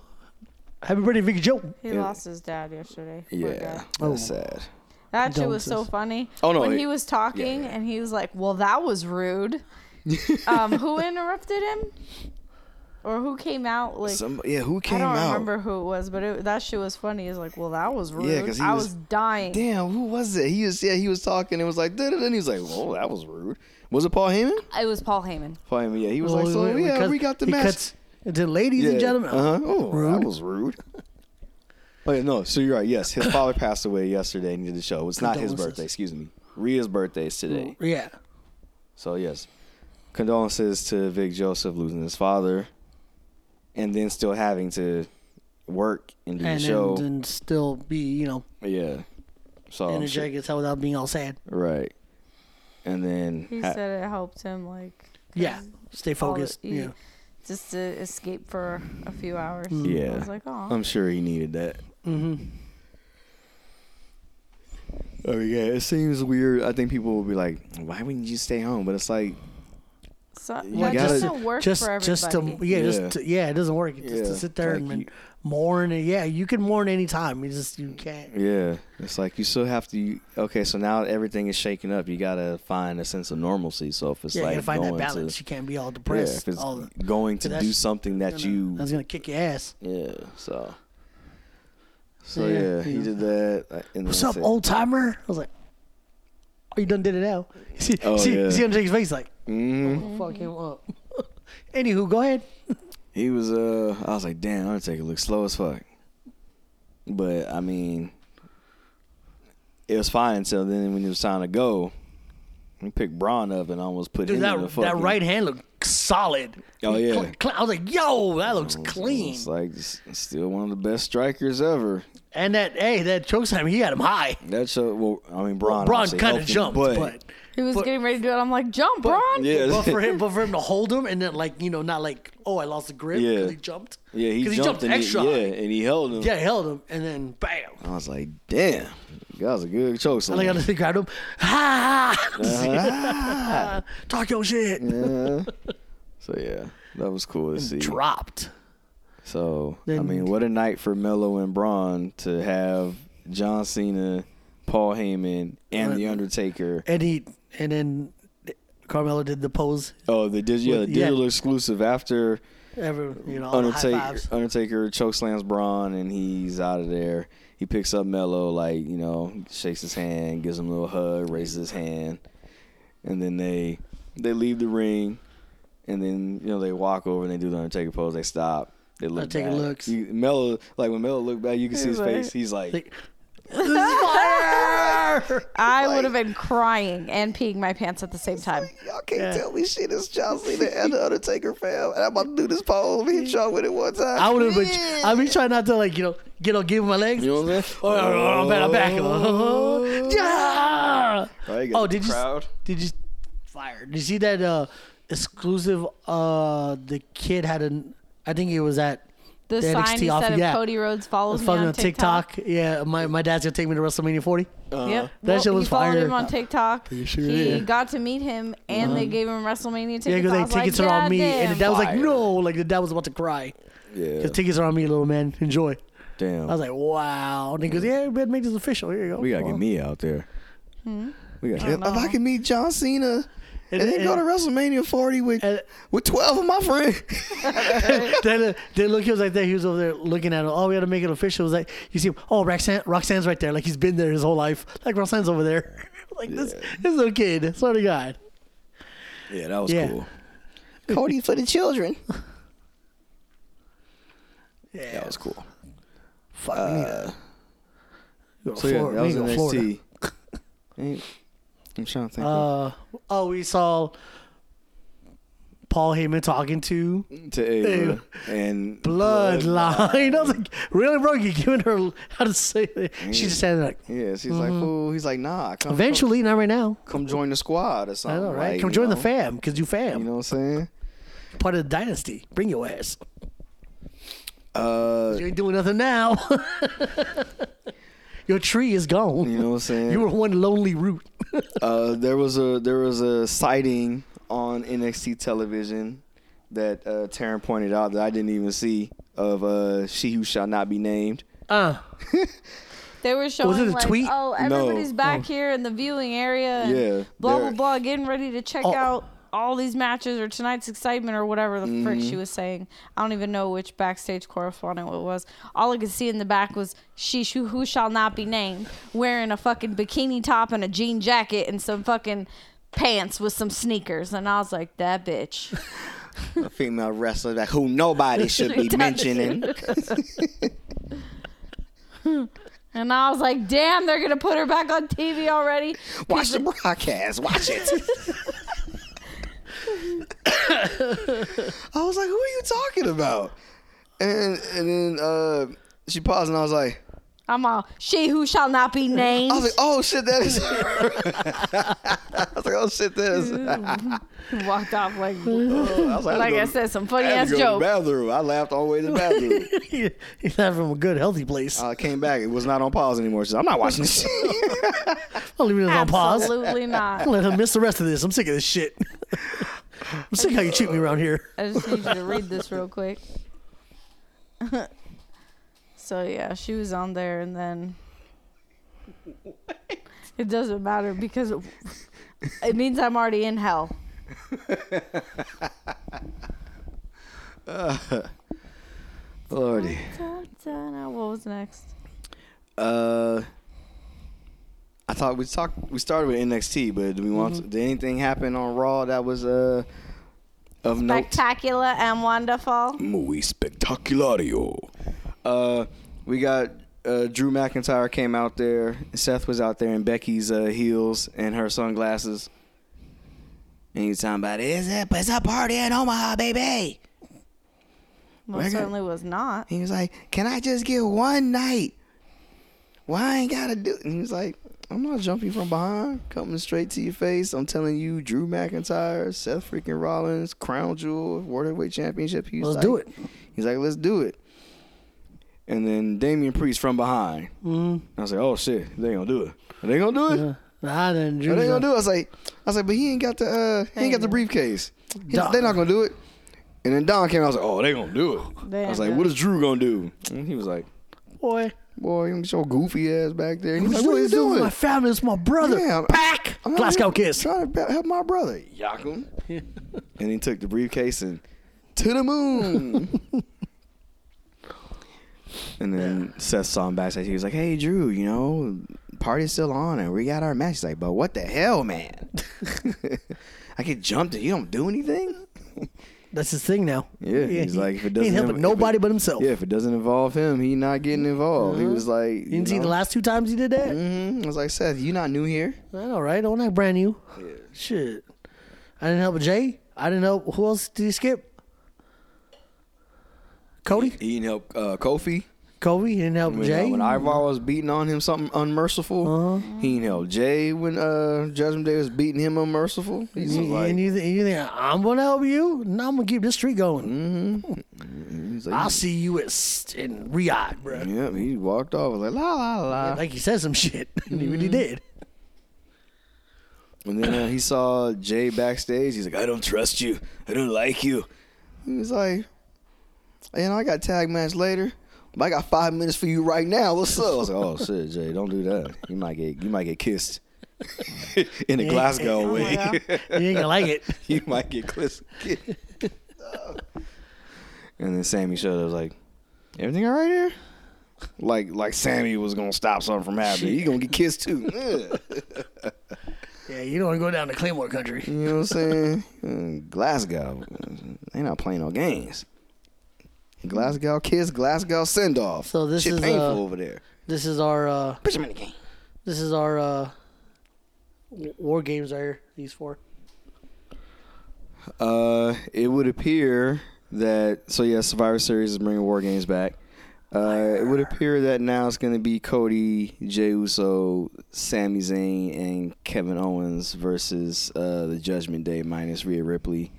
Happy birthday, Vicky Joe. He Yeah. lost his dad yesterday. Poor Yeah, guy. that's Oh. sad. That shit was so Condolences. funny. Oh, no, When it- he was talking yeah. and he was like, "Well, that was rude." um, who interrupted him? Or who came out like Some, yeah, who I came don't out? remember who it was, but it, that shit was funny. He's like, "Well, that was rude." Yeah, 'cause he I was- was dying. Damn, who was it? He was yeah, he was talking. It was like da da da. and He was like, "Whoa, that was rude." Was it Paul Heyman? It was Paul Heyman. Paul Heyman. Yeah, he was Well, like, "So we- yeah, cut- we got the Oh, he match." Cuts to ladies and gentlemen. Uh huh. Oh, Rude. that was rude. Oh yeah, no. So you're right. Yes, his father passed away yesterday, and he did the show. It's not his Condolences. birthday. Excuse me. Rhea's birthday is today. Yeah. So yes, condolences to Vic Joseph losing his father, and then still having to work and do And, the show. and and still be you know yeah. So Oh, I'm sure- energetic as hell without being all sad. right. And then He ha- said it helped him like Yeah. Stay all the- focused. he- yeah. just to escape for a few hours. Mm. Yeah. Um, I was like, "Oh, I'm sure he needed that. Mm-hmm. Oh yeah, it seems weird. I think people will be like, "Why wouldn't you stay home?" But it's like, so, you that gotta- doesn't work just for everybody." just to yeah, Yeah. just to, yeah, it doesn't work. Just Yeah, to sit there like and you- mourn. And, yeah, you can mourn anytime. You just you can't. yeah, it's like you still have to. you- okay, so now everything is shaking up. You gotta find a sense of normalcy. So if it's Yeah, you like gotta find that going balance. to, you can't be all yeah, depressed. if it's all the- going to that's- do something that you, that's gonna kick your ass. yeah, so. So Yeah, yeah, you he know. did that. uh, And What's up, that's it. old timer? I was like, oh, you done did it now. You see, Oh, see, yeah. see Undertaker's face like, Mhm. fuck him up. Anywho, go ahead. He was uh I was like, damn, Undertaker looks slow as fuck. But I mean it was fine until then when it was time to go. He picked Braun up and almost put Dude, him in the that, fucking that right hand looked solid. Oh, yeah. Oh, Cl- cl- I was like, yo, that looks clean. It's like s- still one of the best strikers ever. And that, hey, that choke slam, he had him high. That show well I mean Braun Braun obviously kind of helped him, jumped, but, he was but- getting ready to do it. I'm like, "Jump, Braun!" yeah, but for him, but for him to hold him and then like you know not like oh I lost the grip because Yeah. he jumped. yeah, he 'Cause jumped, he jumped and extra. He, high. yeah, and he held him. yeah, he held him and then bam. I was like, damn, that was a good choke. And like slam. Undertaker grabbed him. Ha ha. Ah. Talk your shit. Uh-huh. Yeah. so yeah, that was cool to see. Dropped. So I Then- mean, what a night for Melo and Braun to have John Cena, Paul Heyman, and Right. The Undertaker. And he and then Carmelo did the pose. Oh, the digi- yeah, the With- yeah. digital exclusive after Every you know all the high Undertaker fives. Undertaker chokeslams Braun and he's out of there. He picks up Melo, like you know, shakes his hand, gives him a little hug, raises his hand, and then they they leave the ring, and then you know they walk over and they do the Undertaker pose. They stop. They look. Undertaker back. looks. You, Melo, like when Melo looked back, you can see his He's like- face. He's like, Like, this is fire. her. I would have been crying and peeing my pants at the same time. Y'all can't tell me shit. It's John Cena and the Undertaker fam, and I'm about to do this pole and hit y'all with it one time. I would have been. I'd be trying not to like you know get on, give him my legs. you know what I'm Oh, saying? oh, oh, I'm back. I'm back. Yeah. Right, you got Oh, the did you? crowd. Did you? Fire. Did you see that uh, exclusive? Uh, the kid had an. I think it was at. The The sign NXT instead off- of yeah. Cody Rhodes follows me Fucking on on TikTok. TikTok. Yeah, my, my dad's gonna take me to WrestleMania 40. Uh-huh. Yep. That Well, shit was he followed fire. him on TikTok. sure he did. got to meet him, and they gave him WrestleMania tickets. Yeah, because I they was like, tickets are on me, and the "Goddamn." dad was like, Fire. "No!" Like the dad was about to cry. Yeah. The tickets are on me, little man. Enjoy. Damn. I was like, "Wow!" And he goes, "Yeah, man, make this official. Here you go." we gotta Well, Hmm? get me out there. We gotta. I If don't I know. can meet John Cena. And, And- then go to and- WrestleMania 40 with and- with 12 of my friends. then, then look, he was like that. He was over there looking at him. Oh, we got to make it official. It was like, you see him. Oh, Roxanne, Roxanne's right there. Like he's been there his whole life. Like Roxanne's over there. like this, this is a kid. Swear to God. Yeah, that was Yeah. cool. Cody for the children. Yeah, That was cool. Fuck me. Uh, go to So yeah, Florida. that was We go to NXT. Ain't- I'm trying to think. Florida. Uh, oh, we saw Paul Heyman talking to to Ava and Bloodline. I was like, really, bro? You're giving her how to say it? She just said like, Yeah, she's like, fool. He's like, nah. Come, Mm-hmm. eventually, not right now. come, come join the squad or I something. know, right? like, Come you join know? the fam, cause you fam, You know what I'm saying? part of the dynasty. Bring your ass. Uh, You ain't doing nothing now. Your tree is gone. you know what I'm saying? You were one lonely root. uh, there was a there was a sighting on NXT television that uh, Taryn pointed out that I didn't even see of uh, she who shall not be named. Uh, They were showing a like, tweet? oh, everybody's back here in the viewing area. And Yeah, Blah blah they're- blah. Getting ready to check Oh. out all these matches or tonight's excitement or whatever the frick Mm-hmm. she was saying. I don't even know which backstage correspondent it was. All I could see in the back was she sh- who shall not be named wearing a fucking bikini top and a jean jacket and some fucking pants with some sneakers and I was like that bitch. A female wrestler that who nobody should be mentioning. And I was like, damn, they're gonna put her back on TV already. Watch the broadcast. Watch it. I was like, "Who are you talking about?" And and then uh, she paused, and I was like, I'm all she who shall not be named. "I was like, oh shit, that is." her." I was like, "Oh shit, that is." I walked off like was like like, had to I go- said some funny I had ass to go to the joke. bathroom. I laughed all the way to the bathroom. he's not from a good, healthy place. I came back. It was not on pause anymore. She said, I'm not watching this. I'll leave it on pause. Absolutely not. Let him miss the rest of this. I'm sick of this shit. I'm sick how you treat me around here. I just need you to read this real quick. so yeah, she was on there, and then it doesn't matter because it, it means I'm already in hell. Lordy. Dun, dun, uh, What was next? Uh, I thought we talked. We started with NXT, but do we want? did anything happen on Raw that was uh of note? Spectacular and wonderful. Muy spectaculario. Uh, we got uh, Drew McIntyre came out there. Seth was out there in Becky's uh, heels and her sunglasses. And he's talking about is it? It's a party in Omaha, baby. Well, We're certainly was not. He was like, "Can I just get one night? Why I ain't gotta do?" It? And he was like, "I'm not jumping from behind, coming straight to your face. I'm telling you, Drew McIntyre, Seth freaking Rollins, Crown Jewel, World Heavyweight Championship. He's Let's like, do it. He's like, "Let's do it." And then Damian Priest from behind. Mm-hmm. Mm. I was like, "Oh shit, they gonna do it? Are they gonna do it? Uh, nah, then Are they Drew's gonna not- do it?" I was like, "I was like, but he ain't got the uh, he ain't got the briefcase. He's like, Don. They're not gonna do it." And then Don came. out, I was like, "Oh, they gonna do it." They I ain't was like, doing "What is Drew gonna do?" And he was like, boy. "Boy, you can show goofy ass back there." And he's What like, you "What are you doing? doing?" My family is my brother. Yeah, I'm- Pack. I'm out Glasgow here kiss. Trying to help my brother, Yakum. and he took the briefcase and to the moon. and then Seth saw him backstage. He was like, "Hey, Drew, you know, party's still on, and we got our match." He's like, "But what the hell, man? I get jumped and you don't do anything." That's his thing now. Yeah, he's he- like, if he it doesn't ain't helping have- if it- nobody but himself. Yeah, if it doesn't involve him, he not getting involved. He Uh-huh. was like, You didn't see the last two times he did that? Mm-hmm. I was like, Seth, you not new here. I know, right? Don't act brand new. Shit. I didn't help Jay. I didn't help. Who else did he skip? Cody? He didn't help uh, Kofi. Kobe? He didn't help When, uh, Jay? Uh-huh. when Ivar was beating on him something unmerciful, he didn't help Jay when uh, Judgment Day was beating him unmerciful. and, He's you, and like, you, thi- you think, I'm going to help you? No, I'm going to keep this street going. he's like, I'll see you at, s- in Riyadh, bro. yeah, he walked off. I was like, la la la. Like he said some shit. and he really did. And then uh, he saw Jay backstage. He's like, I don't trust you. I don't like you. He was like, you know, I got tag match later, but I got five minutes for you right now. What's up? I was like, oh shit, Jay, don't do that. You might get you might get kissed in a Yeah. Glasgow Oh my way. God. You ain't going to like it. you might get kissed. and then Sammy showed up. was like, everything all right here? Like like Sammy was gonna stop something from happening. He gonna get kissed too. Ugh. Yeah, you don't want to go down to Claymore country. You know what I'm saying? Mm, Glasgow, they not playing no games. Glasgow kiss, Glasgow send off. So this Shit is, painful uh, over there. This is our uh, Put some in the game. This is our uh, w- war games right here. These four. Uh, it would appear that so yeah, Survivor Series is bringing War Games back. Uh, it would appear that now it's going to be Cody, Jey Uso, Sami Zayn, and Kevin Owens versus uh, the Judgment Day minus Rhea Ripley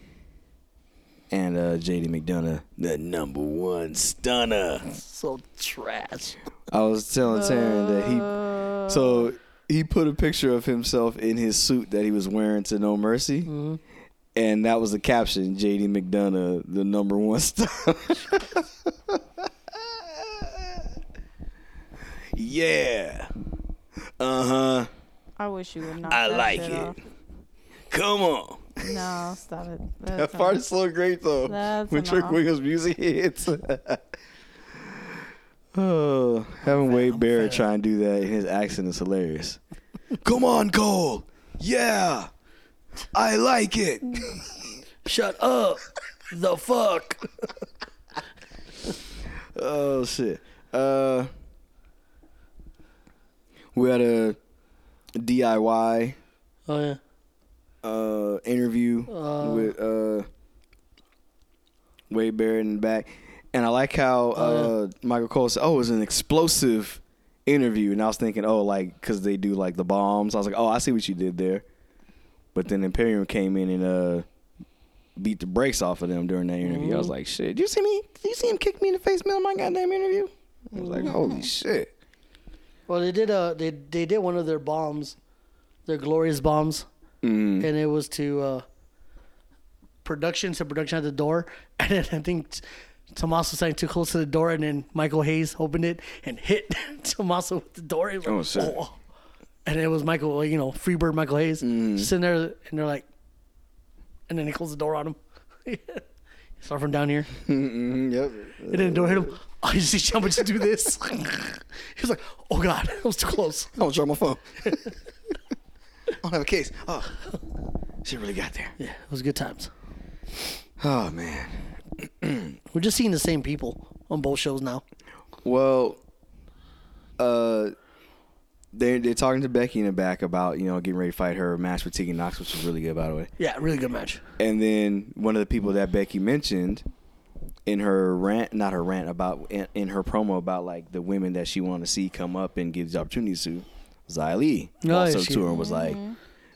and uh, JD McDonough, the number one stunner. So trash. I was telling Taryn that he Uh, so he put a picture of himself in his suit that he was wearing to No Mercy. And that was the caption, JD McDonough, the number one star. yeah. Uh-huh. I wish you would not. I that like shit it. off. Come on. No, stop it. That That's part not- is so great though. That's when Trick enough. Wiggles music hits. oh, having Wade Barrett try and do that in his accent is hilarious. Come on, Cole. Yeah, I like it. Shut up. the fuck. Oh shit. Uh, we had a DIY Oh yeah. uh, interview Uh. with uh, Wade Barrett in the back, and I like how Oh, uh, Michael Cole said, "Oh, it was an explosive interview," and I was thinking, "Oh, like because they do like the bombs." I was like, "Oh, I see what you did there," but then Imperium came in and uh, beat the brakes off of them during that interview. Mm-hmm. I was like, "Shit, did you see me? Did you see him kick me in the face middle of my goddamn interview?" I was like, Mm-hmm. "Holy shit!" Well, they did uh they they did one of their bombs, their glorious bombs, Mm. and it was to uh production to production at the door, and then I think. T- Tommaso sang too close to the door, and then Michael Hayes opened it and hit Tommaso with the door. He was like, Oh, shit. And it was Michael, you know, Freebird Michael Hayes sitting there, and they're like, and then he closed the door on him. Start from down here. Mm, yep. And then the door hit him. I just "Oh, see jumping to do this. he was like, oh God, that was too close. I'm gonna drop my phone. I don't have a case. Oh, shit really got there. Yeah, it was good times. Oh man. We're just seeing the same people on both shows now. Well, uh, they they're talking to Becky in the back about you know getting ready to fight her match with Tegan Knox, which was really good by the way. Yeah, really good match. And then one of the people that Becky mentioned in her rant, not her rant about in, in her promo about like the women that she wanted to see come up and give the opportunities to, Xylee Oh, also she- to her and was like,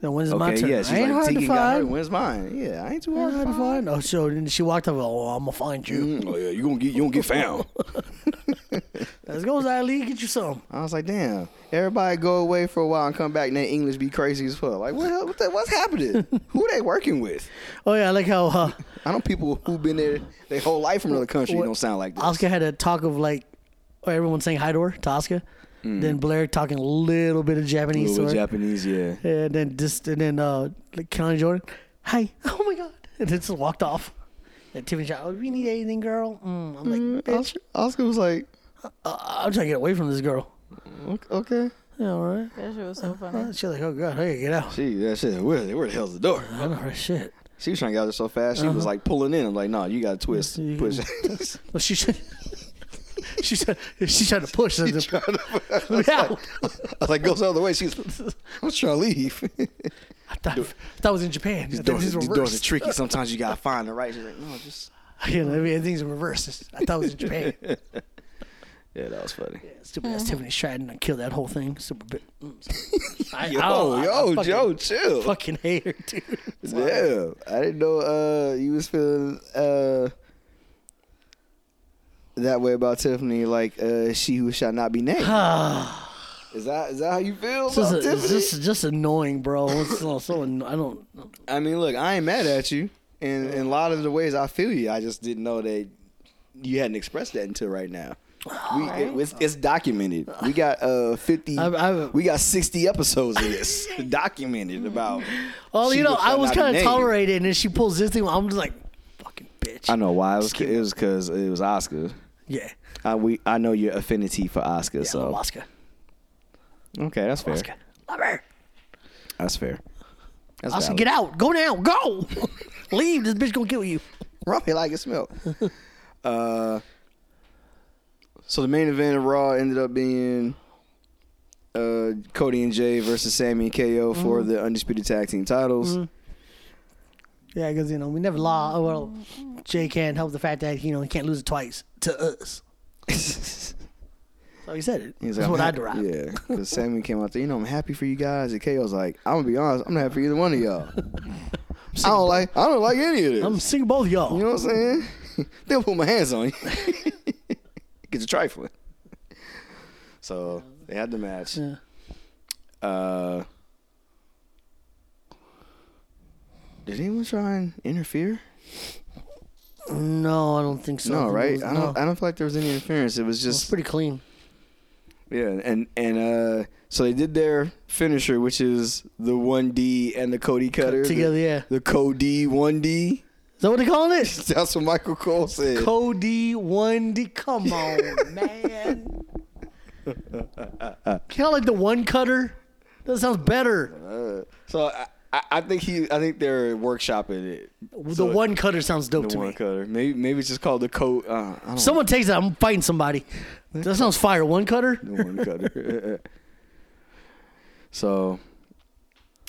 Now, when's my okay, turn? yeah, she's I ain't like hard to Tegan got her, find. when's mine? Yeah, I ain't too I hard ain't hard to find. Oh, so then she walked up. Oh, I'm gonna find you. Oh yeah, you gonna get you gonna get found. Let's go, Zaylee. Get you some. I was like, damn. Everybody go away for a while and come back, and their English be crazy as fuck. Like, what, hell- what the, what's happening? Who they working with? Oh yeah, I like how uh, I know people who've been there their whole life from another country What- don't sound like this. Oscar had a talk of like everyone saying hi to her to Oscar. Then Blair talking a little bit of A Japanese Mm. little to her. bit Japanese, yeah. and then just and then uh like Kelly Jordan, hi, oh my god, and then just walked off. And Tiffany shot, oh, we need anything, girl. Mm. I'm like, bitch, Oscar, Oscar was like, uh, I'm trying to get away from this girl. "Ok- okay. Yeah, all right. That shit was so funny. Uh, she's like, oh god, hey, get out. Gee, that shit. Where, where the hell's the door? I know, right, shit. She was trying to get out there so fast. She Uh-huh. was like pulling in. I'm like, no, you got to twist. You Push. Well, she should. she said she tried to push. She trying to, I me was out. like, I was like, go the other way. She's, I'm just trying to leave. I thought, I thought it was in Japan. I These thought doors, it was these doors are reversed. tricky. Sometimes you gotta find the right. She's like, no, just. You know, everything's in reverse. I thought it was in Japan. Yeah, that was funny. Stupid ass Tiffany Stratton and killed that whole thing. Super bit. I, Yo, oh, I- I yo, fucking- Joe, chill. Fucking hate her, dude. Damn, I didn't know uh, you was feeling uh, that way about Tiffany. Like uh, she who shall not be named. is that is that how you feel This is, about Tiffany? this is Ah, just annoying, bro. It's so, so anno- I don't. I mean, look, I ain't mad at you, and in a lot of the ways I feel you. I just didn't know that you hadn't expressed that until right now. We, it, it's, it's documented. We got uh fifty. I- I- we got sixty episodes of this documented about. Well, She oh, you know, looks I like was not kind of named. tolerated, and then she pulls this thing. I'm just like, fucking bitch. I know why it was. Just kidding. It was because it was Oscar. Yeah. I we I know your affinity for Oscar, Yeah, so Alaska. okay, that's fair. Alaska. Love her. That's fair. That's Alaska, valid. get out. Go now. Go. Leave. This bitch gonna kill you. Rumpy like it's milk. uh, so the main event of Raw ended up being uh, Cody and Jay versus Sammy and KO Mm-hmm. for the undisputed tag team titles. Yeah, because you know we never lost. oh, Well, Jay can't help the fact that you know he can't lose it twice to us. So he said it. He's That's like, what I'm I happy- derived. Yeah, because Sammy came out there. You know, I'm happy for you guys. And KO's like, I'm gonna be honest, I'm not happy for either one of y'all. I don't like, I don't like any of this. I'm singing both of y'all. You know what I'm saying? They'll put my hands on you. Get you trifling. So they had the match. Yeah. Uh, did anyone try and interfere? No, I don't think so. no, right? I No. don't. I don't feel like there was any interference. It was It's just pretty clean. yeah, and and uh, so they did their finisher, which is the one D and the Cody Cutter together, the, yeah. The Cody one D. Is that what they calling it? That's what Michael Cole said. Cody one D. Come on, Oh, man. kind of like the one cutter. That sounds better. So I, I I think he, I think they're workshopping it. The So- one cutter sounds dope The to one me. cutter. Maybe maybe it's just called the coat. Uh, I don't Someone takes that. I'm fighting somebody. That sounds fire. One cutter. know. The one cutter. so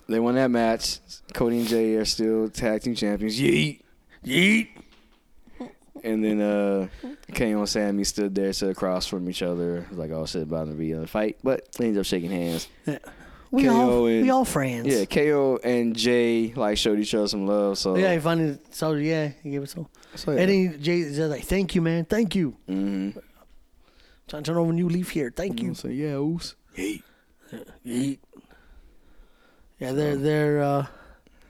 they won that match. Cody and Jay are still tag team champions. Yeet. Yeet. And then uh Kane and Sammy stood there stood across from each other. Like all shit about to be in a fight. But they ended up shaking hands. We KO all and- we all friends. Yeah, KO and Jay like showed each other some love. So Yeah, he finally so yeah, he gave it so. So, And then Jay Jay's like, "Thank you, man. Thank you. hmm Trying to turn over a new leaf here. Thank you." So yeah, oops. Yeet. Yeet. Yeah, their their uh,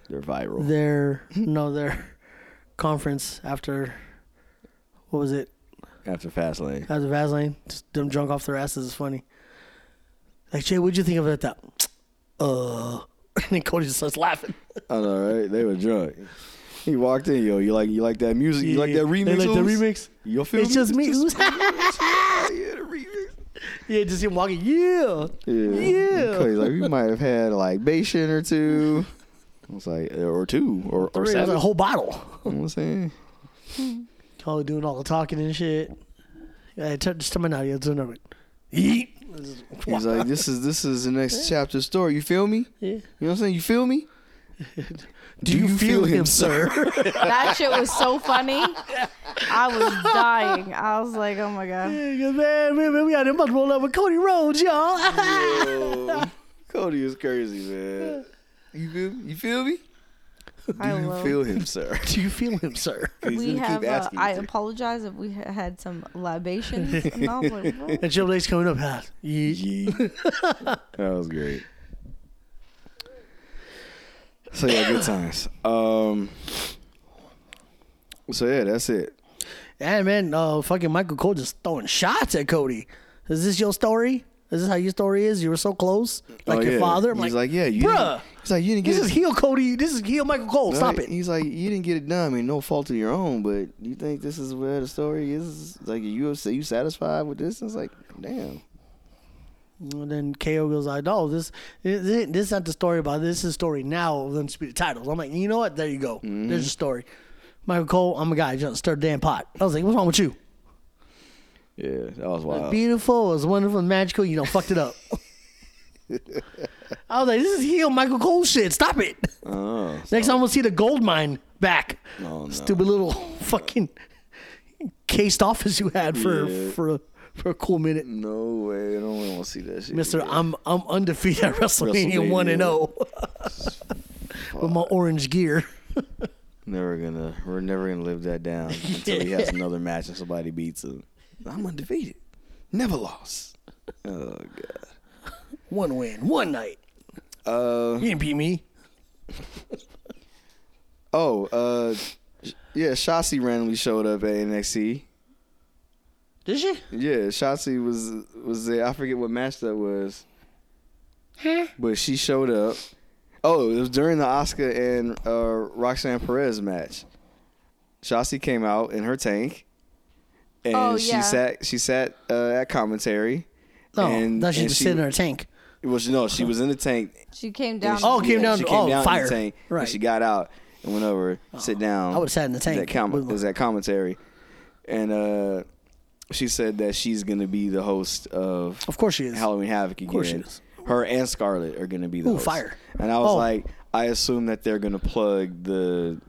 They're viral. their no their conference after what was it After Fastlane. after Vaseline? Just them drunk off their asses is funny. Like Jay, what'd you think of that? That uh, and then Cody just starts laughing. I know, right? They were drunk. He walked in, yo. You like you like that music? You like that remix? They like the Oos? remix. You'll feel It's just me. Oos. yeah, the remix. yeah, just him walking. Yeah. Yeah. Yeah. Cause, like we might have had a libation or two. I was like, or two, or or Three, it was seven. a whole bottle. You know what I'm saying? Cody doing all the talking and shit. Yeah, t- just tell me now. Yeah, it's another. Eat. He's like, this is this is the next chapter story. You feel me? Yeah. You know what I'm saying? You feel me? Do you, feel, him, sir? That shit was so funny. I was dying. I was like, oh my god. Nigga, man, man, man, we out there about to roll up with Cody Rhodes, y'all. Yo, Cody is crazy, man. You feel you feel me? I You love. feel him, sir. Do you feel him, sir? He's We gonna have. keep Uh, asking. you I to. apologize if we ha- had some libations. And I was like, what? And Triple H coming up hot. Yeah. that was great. So yeah, good times. Um. So yeah, that's it. Hey, man, uh, fucking Michael Cole just throwing shots at Cody. Is this your story? Is this how your story is? You were so close, like Oh, your yeah. father. I'm he's like, like, yeah, you bruh, didn't- He's like, you didn't get. this is it- heel Cody. This is heel Michael Cole. no, Stop it. He's like, you didn't get it done. I mean, no fault of your own, but you think this is where the story is? Like, you upset? You satisfied with this? It's like, damn. And then KO goes like, "No, this this ain't- this is not the story about this. This is the story now of undisputed titles." I'm like, "You know what? There you go. Mm-hmm. There's your story." Michael Cole, I'm a guy. Just stir the damn pot. I was like, "What's wrong with you?" Yeah, that was It was wild. beautiful. It was wonderful, magical. You know, fucked it up. I was like, "This is heel Michael Cole shit. Stop it." Oh, Next time we'll see the gold mine back. Oh, no. Stupid little fucking cased office you had for Yeah. for a, for a cool minute. no way! I don't want to see that shit. Mister, I'm I'm undefeated at WrestleMania WrestleMania. one and zero with my orange gear. Never gonna. We're never gonna live that down until he has another match and somebody beats him. I'm undefeated, never lost. Oh god. One win, one night. Uh You didn't beat me. oh. Uh yeah. Shotzi randomly showed up at NXT. Did she? Yeah, Shotzi was was there. I forget what match that was. But she showed up. Oh, it was during the Oscar and uh, Roxanne Perez match. Shotzi came out in her tank, and Oh, she yeah. sat she sat uh, at commentary. No, and, no, Oh, she and just sitting in her tank. Well, she- no, she was in the tank. She came down. Oh, to- came down- She oh, came down in fire. the tank. Right. Oh, And she got out and went over, sit down. I would've sat in the tank. That com- Wouldn't- was that commentary, and uh, she said that she's gonna be the host of Of course she is. Halloween Havoc again. course she is. Her and Scarlet are gonna be the Ooh, hosts. fire. And I was Oh. like, I assume that they're gonna plug the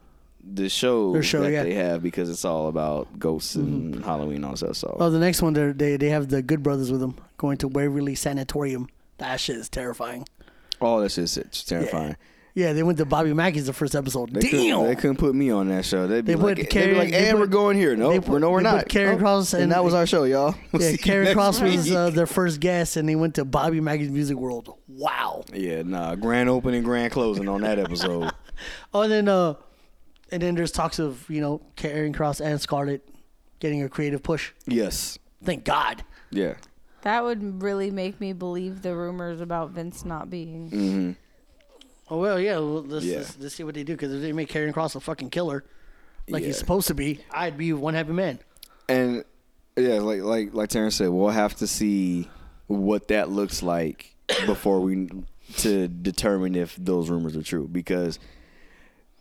the show, Their show, that yeah. Mm-hmm. they have because it's all about ghosts and Halloween and all that. So Oh, the next one they're- they they have the Good Brothers with them going to Waverly Sanatorium. That shit is terrifying. all that shit's it's terrifying. Yeah, they went to Bobby Mackey's the first episode. They Damn. Couldn't, they couldn't put me on that show. They'd be They like, put Carrie- they'd be like, they and put- we're going here. No, they put- we're no, we're they put not. Carrie Oh, Cross and, and- that was our show, y'all. We'll see Yeah, you Carrie next Cross was week. uh, their first guest, and they went to Bobby Mackey's Music World. Wow. yeah, nah, grand opening, grand closing on that episode. Oh, and then uh, and then there's talks of you know Karen Cross and Scarlett getting a creative push. yes, Thank God. yeah, That would really make me believe the rumors about Vince not being. Mm, Oh well, yeah. Well, let's, Yeah. Let's, let's see what they do because if they make Karen Cross a fucking killer, like he's Yeah. supposed to be, I'd be one happy man. and yeah, like like like Terrence said, we'll have to see what that looks like before we to determine if those rumors are true because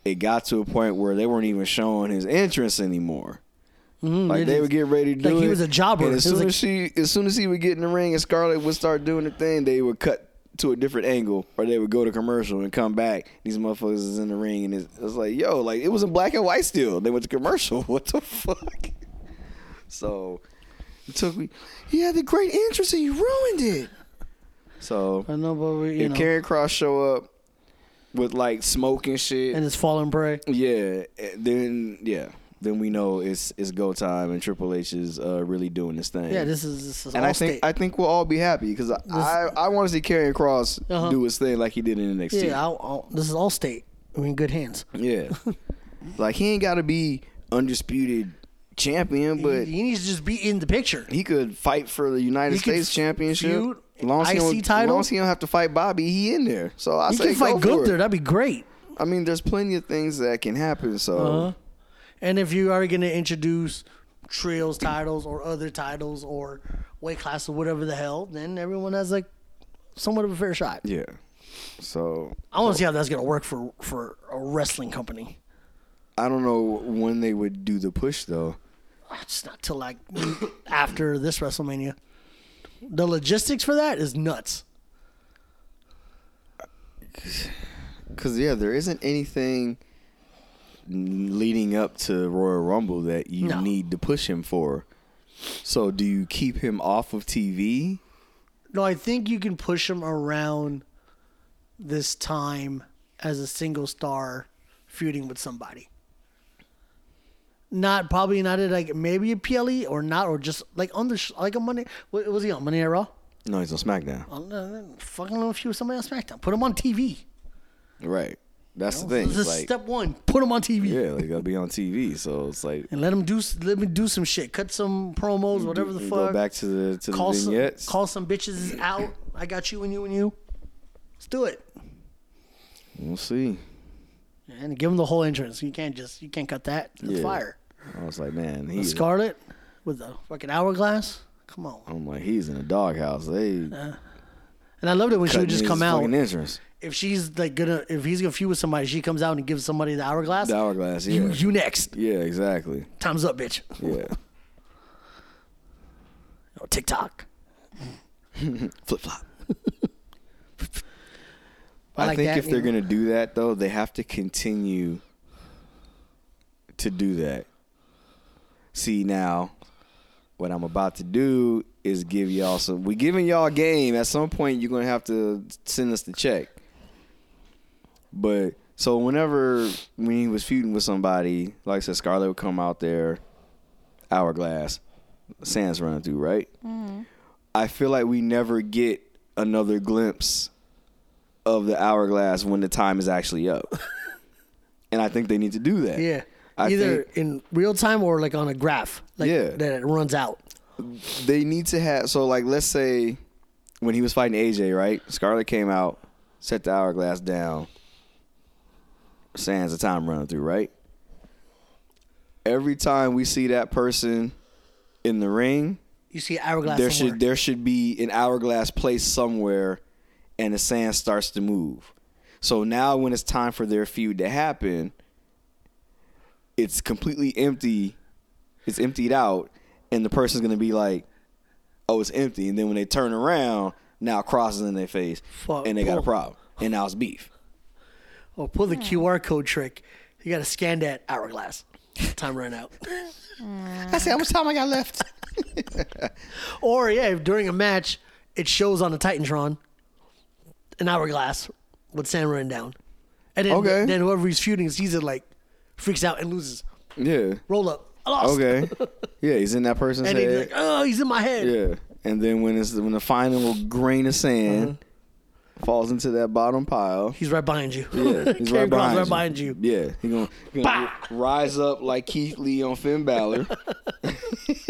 it got to a point where they weren't even showing his entrance anymore. Mm, Like it they is- would get ready to do Like, it. he was a jobber. And as It was soon like- as she, as soon as he would get in the ring and Scarlett would start doing the thing, they would cut to a different angle, or they would go to commercial and come back. These motherfuckers is in the ring, and it's, it's like, yo, like it was in black and white still. They went to commercial. What the fuck? So it took me. He had the great interest, and you ruined it. So I know, but we, you if know, Karen Cross show up with like smoke and shit, and it's fallen prey. yeah, eh, then yeah, then we know it's it's go time, and Triple H is uh, really doing this thing. Yeah, this is this is and all I think state. I think we'll all be happy because I, I I want to see Karrion Cross Uh-huh. do his thing like he did in NXT. yeah, I'll, I'll, this is all state. I mean, good hands. yeah. like he ain't got to be undisputed champion, but he, he needs to just be in the picture. he could fight for the United He could States Championship. feud, long as he IC don't- title. long as he don't have to fight Bobby, he in there. So I He say can fight go for Gunther. it. That'd be great. I mean, there's plenty of things that can happen. So Uh-huh. And if you are going to introduce trios titles or other titles or weight class or whatever the hell, then everyone has like somewhat of a fair shot. yeah, so I want to see how that's going to work for for a wrestling company. I don't know when they would do the push though. It's not till like after this WrestleMania. The logistics for that is nuts. Cause yeah, there isn't anything n- leading up to Royal Rumble that you No. need to push him for. So do you keep him off of TV? No, I think you can push him around this time as a single star feuding with somebody. Not probably not at like maybe a PLE or not or just like on the sh- like a Monday. What was he on Monday Night Raw? No, he's on SmackDown. I don't know, fucking know if he was somebody on SmackDown. Put him on TV. Right. That's the thing. This is It's like, step one. Put him on TV yeah, like I'll be on TV. So it's like and let him do s- let me do some shit. Cut some promos, whatever the you fuck. go back to the to call the some vignettes. call some bitches out. I got you and you and you. Let's do it. we'll see. And give him the whole entrance. You can't just you can't cut that. It's Yeah. fire. I was like, man, The he's Scarlet with the fucking hourglass. Come on. I'm like, he's in a doghouse. They And I loved it when she would just come out. Fucking entrance. If she's like gonna, if he's gonna feud with somebody, she comes out and gives somebody the hourglass. The hourglass. Yeah. You, you next. yeah. Exactly. Time's up, bitch. Yeah. Or TikTok. Flip flop. I I, like think that, if they're you know. gonna do that though, they have to continue to do that. See now, what I'm about to do is give y'all some. We giving y'all game. At some point, you're gonna have to send us the check. But so whenever when he was feuding with somebody, like I said, Scarlett would come out there, hourglass, sands running through, right? I feel like we never get another glimpse of the hourglass when the time is actually up. and I think they need to do that. Yeah. I Either in real time or like on a graph. Like Yeah. That it runs out. They need to have so like let's say when he was fighting AJ, right? Scarlett came out, set the hourglass down. Sands of time running through, right? Every time we see that person in the ring, You see hourglass. there somewhere. should there should be an hourglass placed somewhere and the sand starts to move so now when it's time for their feud to happen it's completely empty it's emptied out and the person's gonna be like oh it's empty and then when they turn around now crosses in their face Fuck. and they got a Pull. problem and now it's beef Or Oh, pull the QR code trick. You got to scan that hourglass. Time ran out. I said, how much time I got left? Or yeah, if during a match it shows on the Titantron an hourglass with sand running down, and then, Okay. then whoever he's shooting sees it like freaks out and loses. yeah Roll up. I lost. okay yeah he's in that person's And head he's like, oh, he's in my head. Yeah, and then when it's when the final grain of sand Uh-huh. falls into that bottom pile, He's right behind you. yeah, he's right Karrion Kross behind, right you. behind you. Yeah, he's gonna, he gonna rise up like Keith Lee on Finn Balor,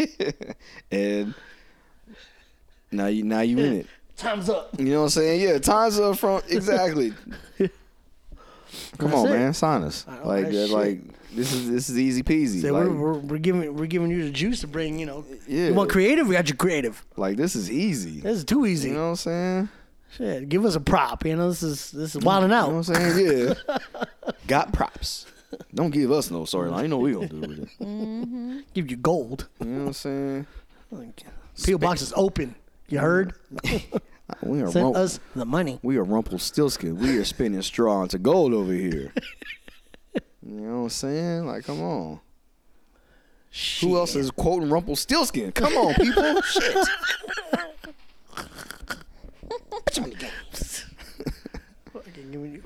and now you now you in it. Time's up. You know what I'm saying? Yeah, time's up from exactly. Come That's on, it. man, sign us. don't Like like that, shit. like this is this is easy peasy. So like, we're, we're, we're giving we're giving you the juice to bring. You know, Yeah. you want creative? We got you creative. like this is easy. This is too easy. You know what I'm saying? Shit, give us a prop. You know, this is this is wilding out. You know what I'm saying? Yeah. Got props. Don't give us no storyline. You know what we gonna do with it. You Give you gold. know what I'm saying? P.O. box is open. You heard? We are Send rump- us the money. we are Rumpelstiltskin. We are spinning straw into gold over here. you know what I'm saying? Like, come on. Who else is quoting Rumpelstiltskin? Come on, people. Shit.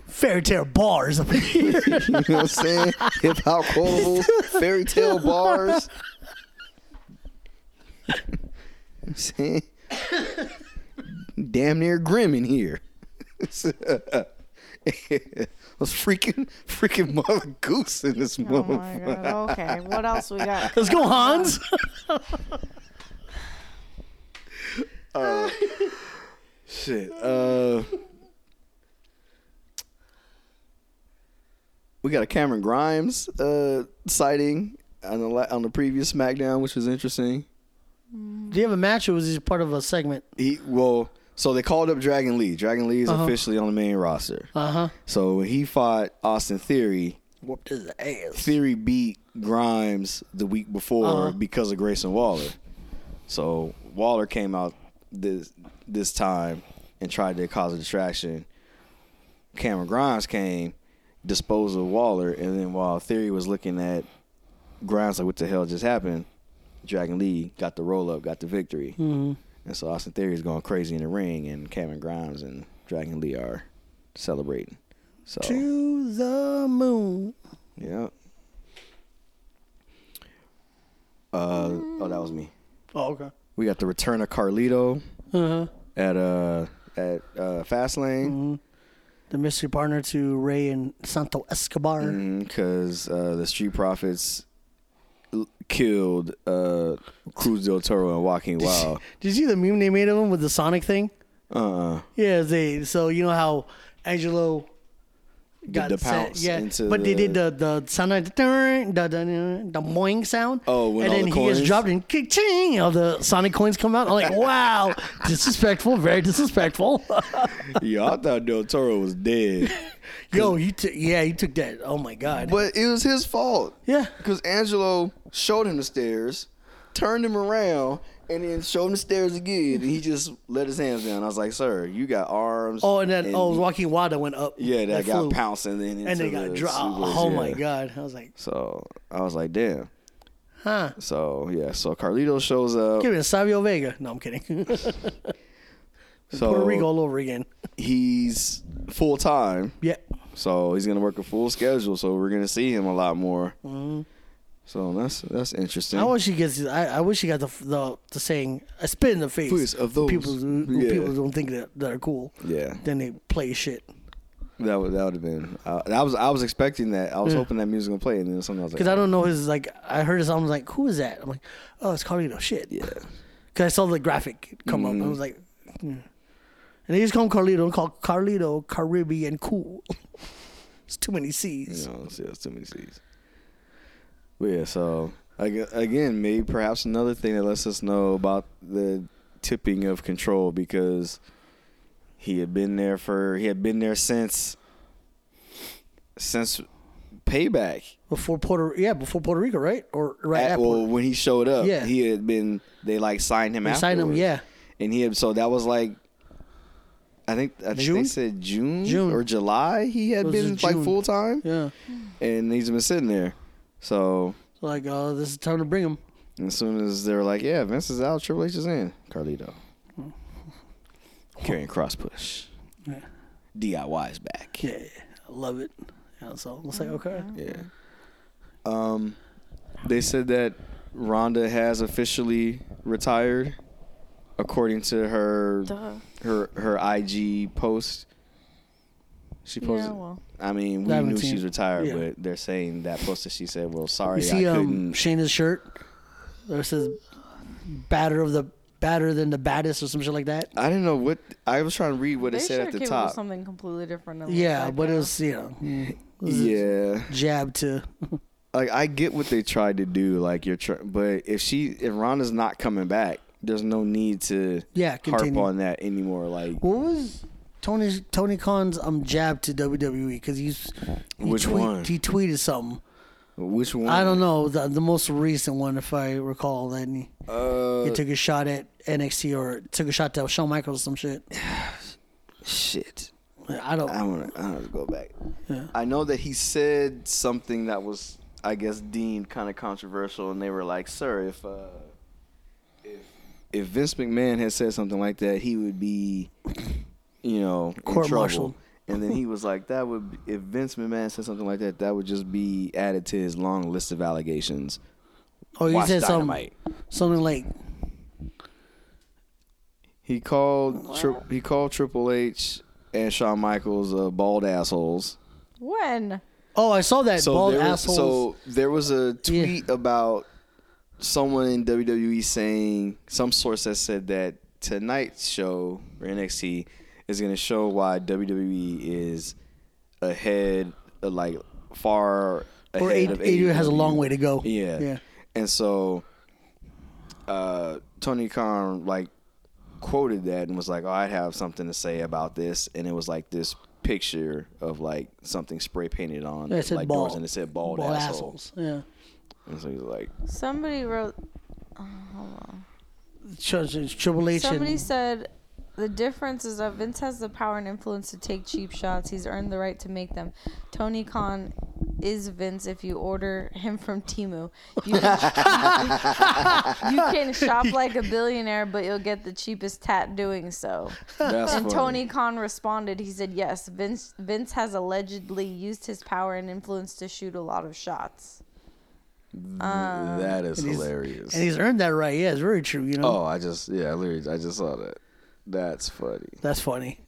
Fairy tale bars up here. You know what I'm saying? Hip hop quotables, fairy tale bars. I'm saying, damn near grim in here. was freaking freaking mother goose in this Oh motherfucker. my god. Okay. What else we got? Let's go, Hans. Shit. Uh, we got a Cameron Grimes uh, sighting on the la- on the previous SmackDown, which was interesting. Do you have a match or was this part of a segment? He well, so they called up Dragon Lee. Dragon Lee is officially on the main roster. Uh huh. So when he fought Austin Theory, Whooped his ass. Theory beat Grimes the week before Uh-huh. because of Grayson Waller. So Waller came out this this time and tried to cause a distraction. Cameron Grimes came, disposed of Waller, and then while Theory was looking at Grimes like, "What the hell just happened?" Dragon Lee got the roll up, got the victory, and so Austin Theory is going crazy in the ring, and Cameron Grimes and Dragon Lee are celebrating. So To the moon. yeah. Uh, oh, that was me. Oh, okay. We got the return of Carlito Uh huh. at uh at uh, Mm-hmm. Fastlane The mystery partner to Ray and Santo Escobar. Mm. because uh, the Street Profits l- killed uh, Cruz del Toro and Walking Wild. Did you see the meme they made of him with the Sonic thing? Uh, uh Yeah, they. So you know how Angelo got the set, pounce yeah. into but they the- did the the sound like the the the, the boing sound. Oh, when and all then the he gets coins- dropped and ching, all the Sonic coins come out. I'm like, wow, disrespectful, very disrespectful. Yo, I thought Del Toro was dead. Yo, he took yeah, he took that. Oh my god. But it was his fault. Yeah. Because Angelo showed him the stairs, turned him around, and then showed him the stairs again. And he just let his hands down. I was like, sir, you got arms. oh, and then oh, Joaquin Wada went up. Yeah, that, got flew. pounced and then and they into got the dropped. supers, Oh my yeah. god. I was like, So I was like, damn. huh? So yeah, so Carlito shows up. Give me a Savio Vega. No, I'm kidding. So Puerto Rico all over again. he's full time. Yeah. So he's gonna work a full schedule. So we're gonna see him a lot more. So that's that's interesting. Mm-hmm. I wish he gets. I, I wish he got the the, the saying. I spit in the face Face of those. people who, who Yeah. people don't think that that are cool. yeah, Then they play shit that would that would have been. Uh, I was I was expecting that. I was Yeah. hoping that music gonna play, and then something I was like, because I don't know his like. I heard his album like, who is that? I'm like, oh, it's Carlito. Shit. Yeah. Because I saw the graphic come up. Mm. I was like, hmm. and they just call him Carlito. Call Carlito Caribbean cool. it's too many C's. You know, it's, yeah, it's too many C's. But yeah, so ag- again, maybe perhaps another thing that lets us know about the tipping of control because he had been there for he had been there since since payback. Before Puerto, yeah, before Puerto Rico, right? Or right At- at, well, Puerto. when he showed up, Yeah. he had been they like signed him. They signed him, afterwards. yeah. and he had so that was like. I think, I think they June? said June, June. or July. He had It was been in like June. full time, Yeah. and he's been sitting there. So Like, oh, this is time to bring him. And as soon as they were like, "Yeah, Vince is out, Triple H is in," Carlito carrying cross push. Yeah. DIY is back. Yeah, I love it. Yeah, so it's like Mm-hmm. okay. Yeah. Um, they said that Rhonda has officially retired, according to her Duh. her her IG post. She Yeah, posted. well. I mean, I we haven't knew seen she's it. retired, Yeah. but they're saying that post that she said, "Well, sorry, You see, I um, couldn't." Shayna's shirt. There says "batter of the batter than the baddest" or some shit like that. I didn't know what I was trying to read what They it said should at the came up with top. something completely different. Than what Yeah, that but it does. was you know it was a Yeah. jab to like I get what they tried to do, like you're, tr- but if she, if Rhonda's not coming back, there's no need to Yeah, continue. harp on that anymore. Like what was Tony Tony Khan's um jab to WWE because he's he Which tweet- one? he tweeted something. which one? I don't know the, the most recent one if I recall. Then he, Uh, he took a shot at NXT or took a shot to Shawn Michaels or some shit. shit. I don't. I want to. I want to go back. I know that he said something that was, I guess, deemed kind of controversial, and they were like, "Sir, if uh, if if Vince McMahon had said something like that, he would be, you know, in trouble." Court-martialed. And then he was like, "That would be- if Vince McMahon said something like that, that would just be added to his long list of allegations." Oh, he Watch said something, Dynamite. something like He called tri- he called Triple H and Shawn Michaels uh, bald assholes. when Oh, I saw that bald there was, assholes. So there was a tweet about someone in WWE saying some source that said that tonight's show or NXT is going to show why WWE is ahead, uh, like far ahead or of AEW has a long AEW. way to go. Yeah. yeah. And so uh Tony Khan like quoted that and was like, "Oh, I'd have something to say about this." And it was like this picture of like something spray painted on Yeah, it said like bald. doors and it said bald, Bald assholes. assholes. Yeah. And so he's like, somebody wrote, Tri- tri- Triple H somebody and said, the difference is that Vince has the power and influence to take cheap shots. He's earned the right to make them. Tony Khan is Vince if you order him from Timu. You can, you can shop like a billionaire, but you'll get the cheapest tat doing so. "That's And funny." Tony Khan responded. He said, "Yes, Vince Vince has allegedly used his power and influence to shoot a lot of shots." that is he's- hilarious. and he's earned that right. Yeah, it's very true. You know, oh, I just yeah, I literally I just saw that. That's funny. that's funny.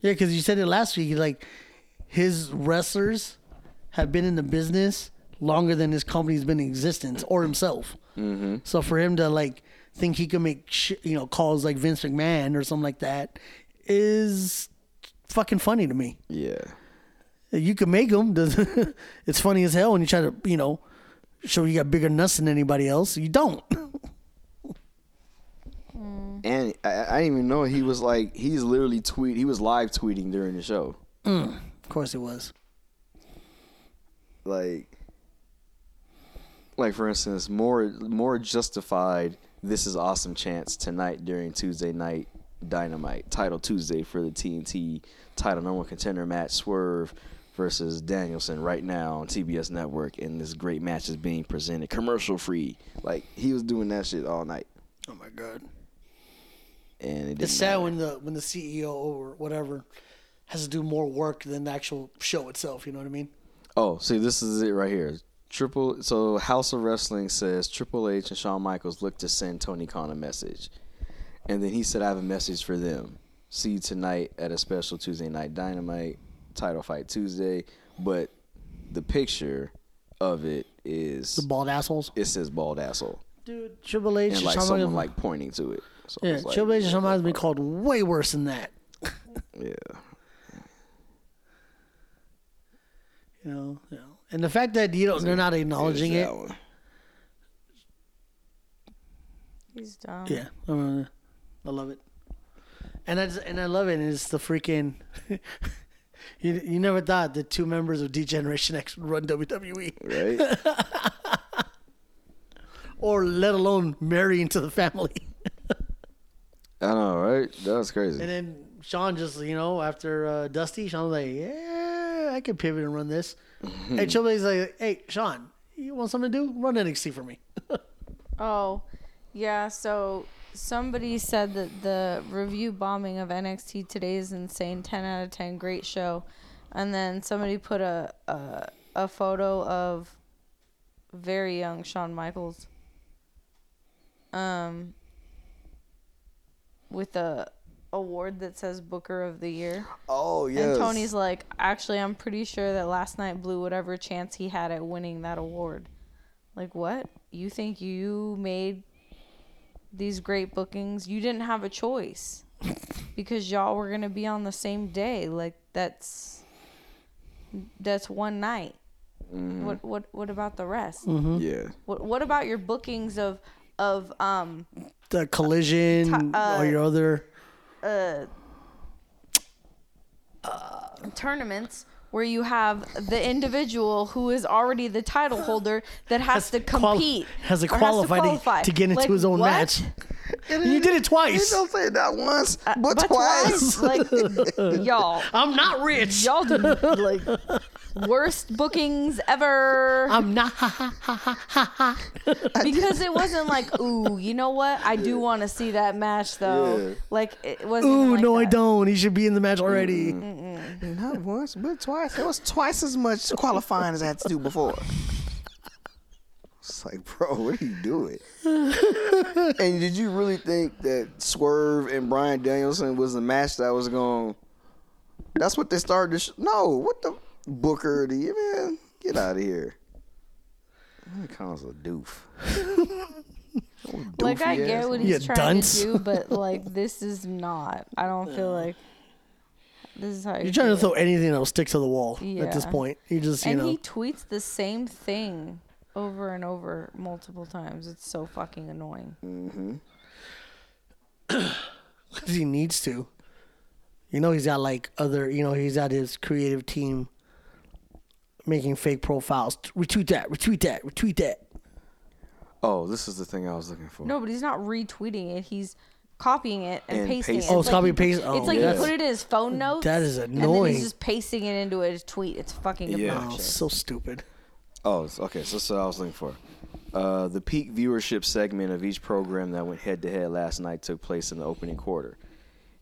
Yeah, because you said it last week. Like his wrestlers have been in the business longer than his company's been in existence or himself. Mm-hmm. So for him to like think he can make sh- you know calls like Vince McMahon or something like that is fucking funny to me. Yeah. You can make them. it's funny as hell when you try to, you know, show you got bigger nuts than anybody else. You don't. And I, I didn't even know he was like he's literally tweet. He was live tweeting during the show. Of course it was. Like, like for instance, more more justified. This is awesome chance tonight during Tuesday night Dynamite title Tuesday for the TNT title number one contender match Swerve versus Danielson right now on TBS Network, and this great match is being presented commercial free. Like he was doing that shit all night, Oh my god. and it didn't It's sad matter. when the when the CEO or whatever has to do more work than the actual show itself. You know what I mean? Oh, see, this is it right here. Triple. So House of Wrestling says Triple H and Shawn Michaels look to send Tony Khan a message, and then he said, "I have a message for them. See you tonight at a special Tuesday Night Dynamite title fight Tuesday." But the picture of it is The bald assholes. it says bald asshole Dude, Triple H and like someone like pointing to it. So I yeah, was like, Triple H and Shawn Michaels been called way worse than that. Yeah. You know, you know. and the fact that you don't, they're not acknowledging it. That one. He's dumb. Yeah, I, remember. I love it, and I just, and I love it. And it's the freaking. you you never thought that two members of D Generation X would run E, WWE, Right. or let alone marry into the family. I know, right? That was And crazy. then Sean just, you know, after uh, Dusty, Sean was like, yeah, I can pivot and run this. and Triple H's like, hey, Sean, you want something to do? Run NXT for me. Oh, yeah. So somebody said that the review bombing of NXT today is insane. Ten out of ten, great show. And then somebody put a a, a photo of very young Shawn Michaels, um, with a award that says Booker of the Year. Oh yes. And Tony's like, actually, I'm pretty sure that last night blew whatever chance he had at winning that award. Like, what? You think you made these great bookings? You didn't have a choice because y'all were going to be on the same day. Like, that's that's one night. What what what about the rest? Mm-hmm. yeah. What what about your bookings of of um The collision, Ti- uh, all your other. uh, tournaments where you have the individual who is already the title holder that has, to quali- compete, has to or qualify, qualify. To, to get into Like, his own what? match. And you did it twice. You don't say it not once, Uh, but, twice. like y'all, I'm not rich. y'all do like worst bookings ever. I'm not. because it wasn't like, ooh, you know what? I do want to see that match though. Yeah. Like it wasn't. even Ooh, like no, I that. don't. He should be in the match already. Not once, but twice. It was twice as much qualifying as I had to do before. It's like, bro, what are you doing? and did you really think that Swerve and Brian Danielson was the match that was going? That's what they started. To sh- no, what the Booker? Do you man get out of here? Con's a doof. Like I Doofy get ass what You he's trying dunce. to do, but like this is not. I don't feel like this is how you You're trying do to throw anything that'll stick to the wall at this Yeah. point. You just, it. you And know. he tweets the same thing over and over multiple times. It's so fucking annoying. Mm. because he needs to. You know, he's got like other, you know, he's got his creative team making fake profiles. Retweet that, retweet that, retweet that. Oh, this is the thing I was looking for. No, but he's not retweeting it. He's copying it and, And pasting it. pasting Oh, It's it's like copy he- paste. Oh, It's like yes. he put it in his phone notes. That is And then annoying. he's just pasting it into a tweet. It's fucking Yeah. oh, obnoxious. so stupid. Oh, it's- okay. So that's what I was looking for. Uh, the peak viewership segment of each program that went head to head last night took place in the opening quarter.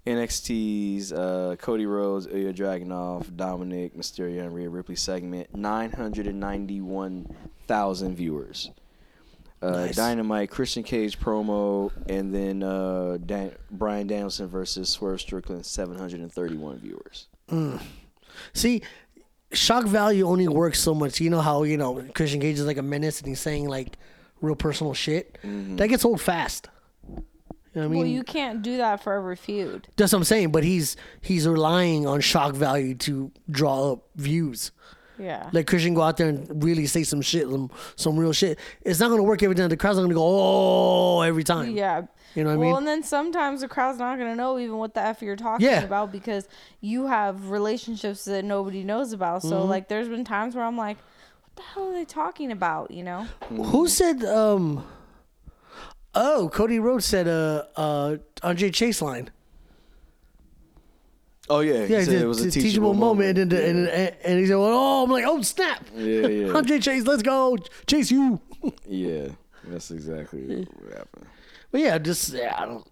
NXT's uh, Cody Rhodes, Ilya Dragunov, Dominic Mysterio, and Rhea Ripley segment 991,000 viewers. Uh, Dynamite Christian Cage promo, and then uh, Dan- Brian Danielson versus Swerve Strickland, 731 viewers. See, shock value only works so much. You know how, you know, Christian Cage is like a menace and he's saying like real personal shit. That gets old fast. You know what I Mm-hmm. well, mean? you can't do that for every feud. That's what I'm saying. But he's he's relying on shock value to draw up views. Yeah. Let Christian go out there and really say some shit, some, some real shit. It's not gonna work every time. The crowd's not gonna go oh every time. yeah. You know what I well, mean? and then sometimes the crowd's not gonna know even what the f you're talking Yeah. about because you have relationships that nobody knows about. So Mm-hmm. like, there's been times where I'm like, what the hell are they talking about? You know? Who said um Oh, Cody Rhodes said uh uh Andre Chase line. Oh yeah, he Yeah, said it's it was a teachable, moment, and, then the- and and he said, "Well, oh, I'm like, oh snap, Yeah, yeah. Andre Chase, let's go, chase you." yeah, that's exactly what happened. But yeah, just yeah, I don't.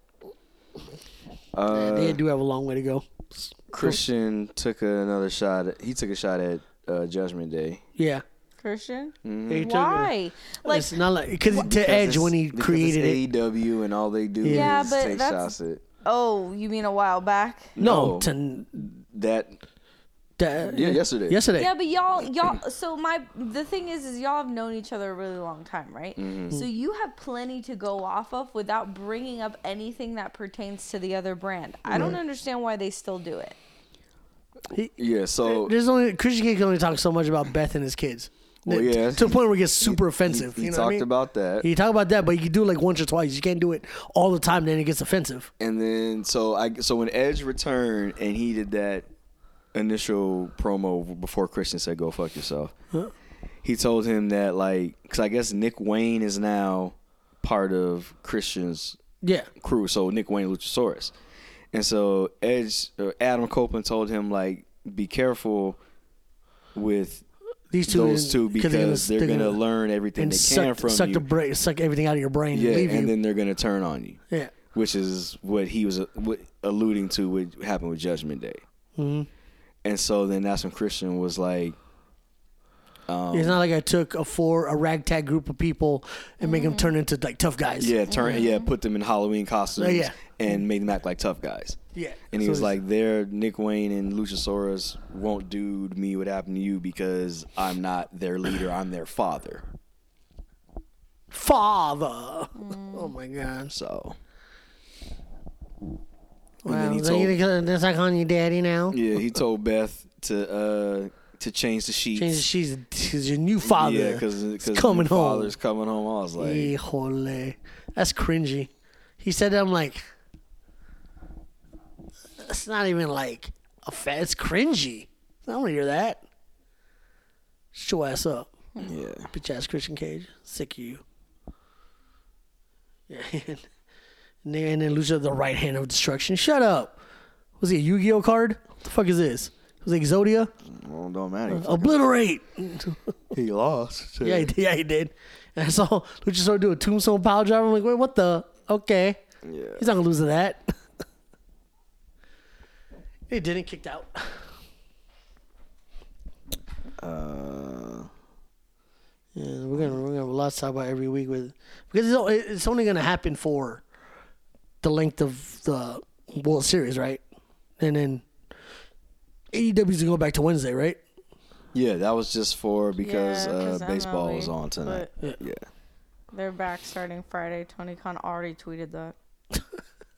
Uh, they do have a long way to go. Christian took another shot. At, he took a shot at uh, Judgment Day. Yeah, Christian? They took it. Why? Like, it's not like because to Edge Mm-hmm. Because when it's- E he because created it. it's AEW and all they do Yeah, is but take that's- shots at oh, you mean a while back? No, no. to, that. to- Yeah, yesterday. Yesterday. Yeah, but y'all, y'all. So my the thing is, is y'all have known each other a really long time, right? Mm-hmm. So you have plenty to go off of without bringing up anything that pertains to the other brand. I Mm-hmm. don't understand why they still do it. Yeah, so There's only Christian Cage can only talk so much about Beth and his kids. Well, yeah, that's- to the point where it gets super offensive. he you know talked what I mean? about that. He talked about that, but you can do it like once or twice. You can't do it all the time. Then it gets offensive. and then so I so when Edge returned and he did that initial promo before Christian said go fuck yourself. He told him that like cuz I guess Nick Wayne is now part of Christian's Yeah, crew, so Nick Wayne Luchasaurus. And so Edge or Adam Copeland told him like be careful with these two. those two because they're because they're they're going to learn everything and they can suck, from suck you. the brain, suck everything out of your brain, yeah, and leave and you. then they're going to turn on you yeah, which is what he was uh, what alluding to what happened with Judgment Day. Mm-hmm. And so then that's when Christian was like, um, it's not like I took a four a ragtag group of people and make them turn into like tough guys. "Yeah, turn, yeah, put them in Halloween costumes Oh, yeah. and make them act like tough guys." yeah. And he So was it's- like, "There, Nick Wayne and Luchasaurus won't do to me what happened to you because I'm not their leader. I'm their father." "Father." Oh my gosh. So And then Wow, he so you told- gonna- that's like calling you daddy now. yeah, he told Beth to uh to change the sheets. Change she's she's your new father. Yeah, because It's because coming home. father's coming home. I was like, Híjole. That's cringy. He said that I'm like It's not even like a fa- it's cringy. I don't wanna hear that. Shut your ass up. yeah. Bitch ass Christian Cage. Sick of you. Yeah. And then, and then Lucha the right hand of destruction. Shut up. Was he a Yu-Gi-Oh card? What the fuck is this? Was it Exodia? Well, don't matter. Obliterate. He lost. Uh, oh. Yeah, he did. Yeah, he did. And I saw Luchasaur do a tombstone pile driver. I'm like, wait, what the? Okay. Yeah. He's not gonna lose to that. he didn't kicked out. Uh, Yeah, we're gonna we're gonna have a lot to talk about every week with because it's, o- it's only gonna happen for the length of the World Series, right? And then AEW's gonna go back to Wednesday, right? yeah, that was just for because Yeah, uh, 'cause baseball was MLB, on tonight. yeah. They're back starting Friday. Tony Khan already tweeted that.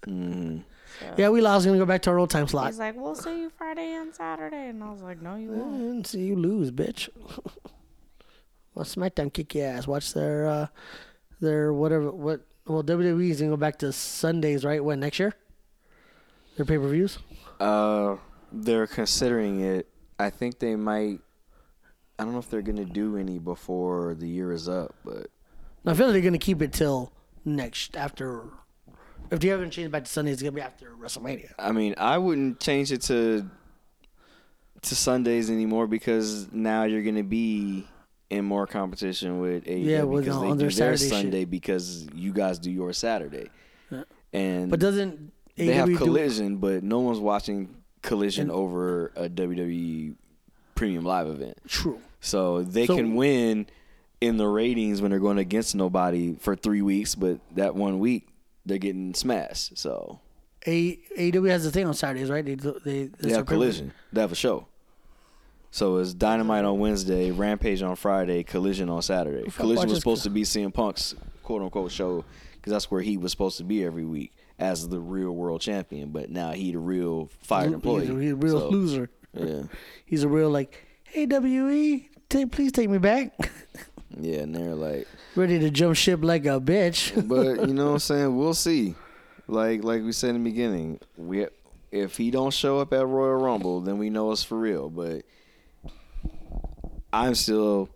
Yeah, we lost. We're gonna go back to our old time slot. He's like, "We'll see you Friday and Saturday," and I was like, "No, you won't." And see you lose, bitch. Well, SmackDown kick your ass. Watch their uh, their whatever what. Well, WWE's gonna go back to Sundays, right? When next year? Their pay per views. Uh, they're considering it. I think they might. I don't know if they're gonna do any before the year is up, but I feel like they're gonna keep it till next after. If they haven't changed back to Sundays, it's gonna be after WrestleMania. I mean, I wouldn't change it to to Sundays anymore because now you're gonna be in more competition with AEW Yeah, with because the- they on do their Saturday their shit. Sunday because you guys do your Saturday, and But doesn't they have AEW do- collision, but no one's watching collision over a WWE premium live event. True. So they So- can win in the ratings when they're going against nobody for three weeks, but that one week they're getting smashed. So A AEW has a thing on Saturdays, right? They do- they they have collision. They have a show. So it's Dynamite on Wednesday, Rampage on Friday, Collision on Saturday. fuck Collision was watches- supposed to be CM Punk's quote unquote show because that's where he was supposed to be every week. as the real world champion, but now he the real fired Lo- employee. He's a, he's a real So, loser. Yeah, He's a real like, hey WE, take, please take me back. yeah, and they're like, Ready to jump ship like a bitch. But you know what I'm saying? We'll see. Like like we said in the beginning, we if he don't show up at Royal Rumble, then we know it's for real. But I'm still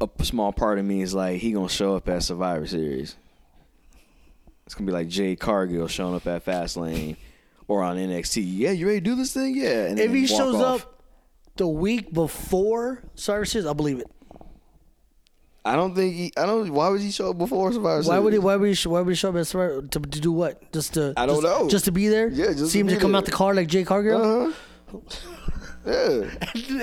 a p- small part of me is like he gonna show up at Survivor Series. It's gonna be like Jay Cargill showing up at Fastlane or on NXT. Yeah, you ready to do this thing? Yeah. And if then he walk shows off. up the week before services, I believe it. I don't think he. I don't. Why would he show up before Survivor Series? Why would he? Why would he? sh- Why would he show up at Survivor to, to do what? Just to I don't just, know. Just to be there. Yeah, just see to him be just come out the there. car like Jay Cargill, Uh-huh. Yeah.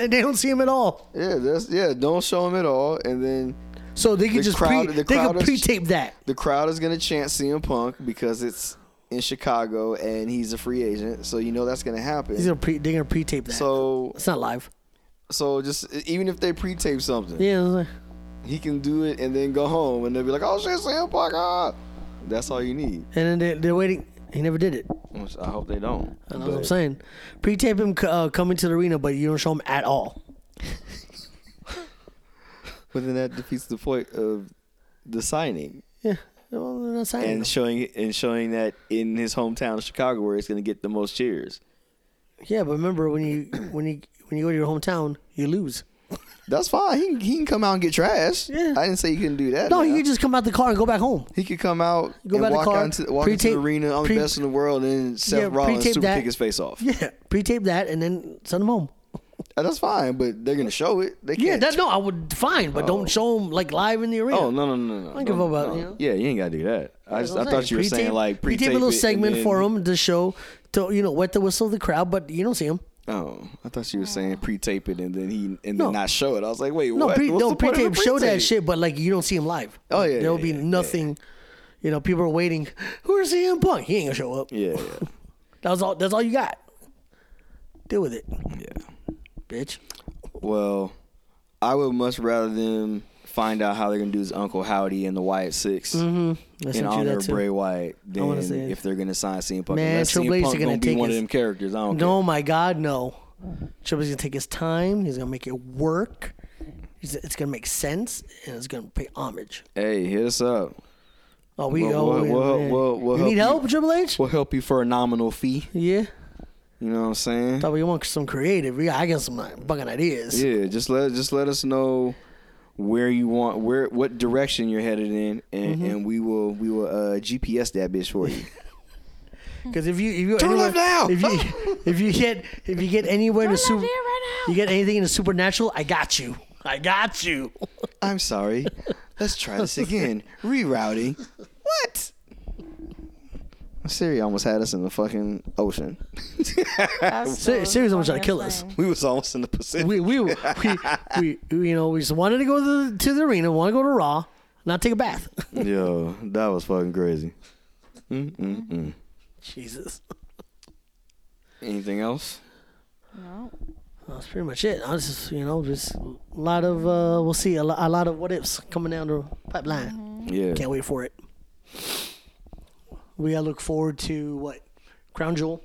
and they don't see him at all. Yeah, that's yeah. Don't show him at all, and then So they can The just crowd- pre, the they can crowd is- pre-tape that. the crowd is gonna chant CM Punk because it's in Chicago and he's a free agent, so you know that's gonna happen. He's gonna pre, they're gonna pre-tape that. so it's not live. so just even if they pre-tape something, Yeah. it's like- he can do it and then go home, and they'll be like, "Oh shit, CM Punk!" Ah. That's all you need. And then they're, they're waiting. He never did it. Which I hope they don't. I know what I'm saying. Pre-tape him c- uh, coming to the arena, but you don't show him at all. But then that defeats the point of the signing Yeah. Well, they're not signing. him. and showing and showing that in his hometown of Chicago, where it's gonna get the most cheers. yeah, but remember when you when you when you go to your hometown, you lose. That's fine. He can, he can come out and get trashed. Yeah. I didn't say he couldn't do that. No, now. he could just come out the car and go back home. He could come out Go by and the walk, car, out into, walk into the pre-tape- arena on pre- the best in the world, and then Seth Yeah, Rollins pre-tape super that. kick his face off. Yeah, pre-tape that and then send him home. Uh, That's fine, but they're gonna show it. They Yeah, can't. that no, I would fine, but don't show him like live in the arena. Oh no no no no! I don't give a fuck about- you know? Yeah, you ain't gotta do that. I That's just, I what I'm thought you were Pre-tape- saying like pre-tape pre-tape a little it and segment then- for him to show to you know wet the whistle of the crowd, but you don't see him. Oh, I thought you were saying pre-tape it and then he and No. then not show it. I was like, wait, No, what? pre, What's no the point of pre-tape, a show that pre-tape? shit, but like you don't see him live. Oh, yeah, there'll yeah, be yeah, yeah. nothing. You know, people are waiting. Where's CM Punk? He ain't gonna show up. Yeah, That's all. That's all you got. Deal with it, yeah, yeah. bitch. Well, I would much rather them find out how they're gonna do his Uncle Howdy and the Wyatt 6 I in sent you honor that of too. Bray Wyatt wanna than see it. if they're gonna sign CM Punk. Man, Unless Triple CM H is Punk gonna gonna be take one his- of them characters. I don't No, my God, no. Triple H's gonna take his time. He's gonna make it work. He's, it's gonna make sense, and it's gonna pay homage. care. Hey, hit us up. Oh, we Well, go. well, we- well, yeah. well, well, you need help help, Triple H? We'll help you for a nominal fee. Yeah. You know what I'm saying? Thought we want some creative. Yeah, I got some like, bugging ideas. Yeah, just let just let us know where you want where what direction you're headed in, and, Mm-hmm. and we will we will uh, GPS that bitch for you. Because if you if you Turn anywhere, left now! if you if you get if you get anywhere in the super you get anything in the supernatural, I got you. I got you. I'm sorry. Let's try this again. Rerouting. What? Siri almost had us in the fucking ocean. That's Ser- the seriously, I'm trying to kill funniest us. thing. We was almost in the Pacific. We we we, we, we you know we just wanted to go to the, to the arena, want to go to Raw, not take a bath. Yo, that was fucking crazy. Mm-mm-mm. Jesus, Anything else? No. that's pretty much it. I was just you know just a lot of uh we'll see a, lo- a lot of what ifs coming down the pipeline. Yeah. Can't wait for it. We gotta look forward to what Crown Jewel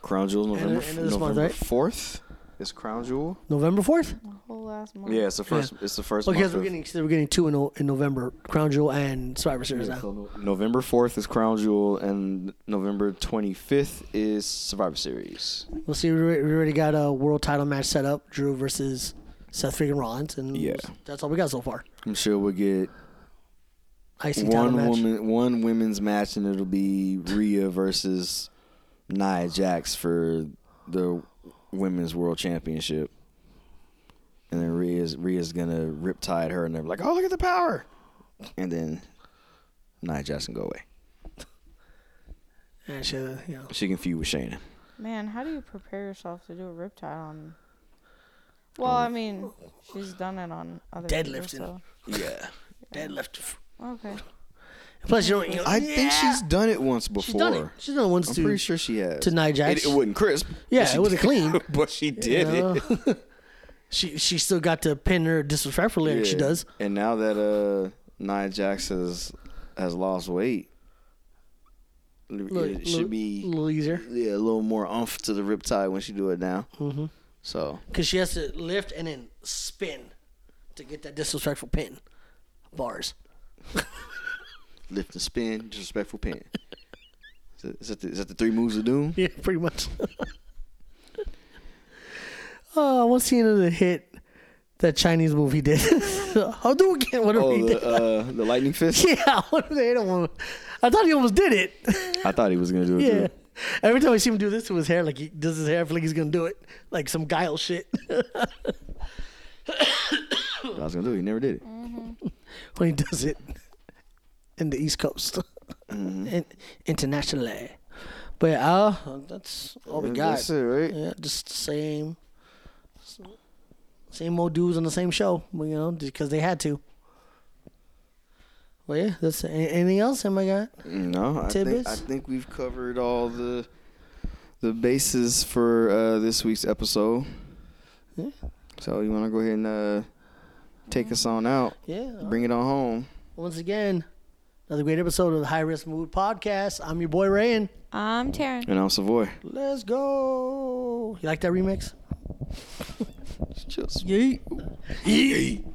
Crown Jewel of- November end of this month, November right? fourth is Crown Jewel. November fourth. Mm-hmm. Whole last month. Yeah, it's the first. It's the first. Okay, month so we're of- getting so we're getting two in, O- in November, Crown Jewel and Survivor Series yeah, now. so November fourth is Crown Jewel, and November twenty fifth is Survivor Series. We'll see. We already we already got a world title match set up: Drew versus Seth freaking Rollins, and Yeah. that's all we got so far. I'm sure we'll get IC title one match. woman, one women's match, and it'll be Rhea versus Nia Jax for the women's world championship. And then Rhea's Rhea's gonna riptide her, and they're like, "Oh, look at the power!" And then Nia Jax can go away. And she, you know, She can feud with Shayna. Man, how do you prepare yourself to do a riptide on? Well, I mean, she's done it on other people, Deadlifting. so- Yeah, deadlift. Okay. Plus, you don't. You know, I think yeah. she's done it once before. she's done it. She's done it once I'm too. pretty sure she has. to Nia Jax. It, it wasn't crisp. Yeah, but she it wasn't did- clean. but she did You know? it. she she still got to pin her disrespectfully like she Yeah. does. And now that uh, Nia Jax has has lost weight, Look, it should a be little easier yeah, a little more umph to the riptide when she do it now. Mm-hmm. So because she has to lift and then spin to get that disrespectful pin bars. lift and spin, disrespectful pin. Is that- Is that, the, is that the three moves of doom? Yeah, pretty much. oh, what's the end of the hit? That Chinese movie did. I'll do it again. Whatever he Oh, did. the, uh, the lightning fist. yeah, whatever they don't want. I thought he almost did it. I thought he was gonna do it. yeah. Too. Every time I see him do this to his hair, like he does his hair, I feel like he's gonna do it, like some guile shit. I was gonna do it. He never did it. when he does it in the East Coast, Mm-hmm. in, internationally. But yeah, uh, that's all we got. That's it, right? Yeah, just the same, same old dudes on the same show. but, You know, because they had to. Well, yeah, that's a- anything else? Am I got? No, I think, Tidbits? I think we've covered all the the bases for uh, this week's episode. Yeah. So you want to go ahead and uh, take us on out, Yeah. bring it on home. Once again, another great episode of the High Risk Mood Podcast. I'm your boy Rayan. I'm Taryn. And I'm Savoy. Let's go. You like that remix? Just Yeet. Yeet.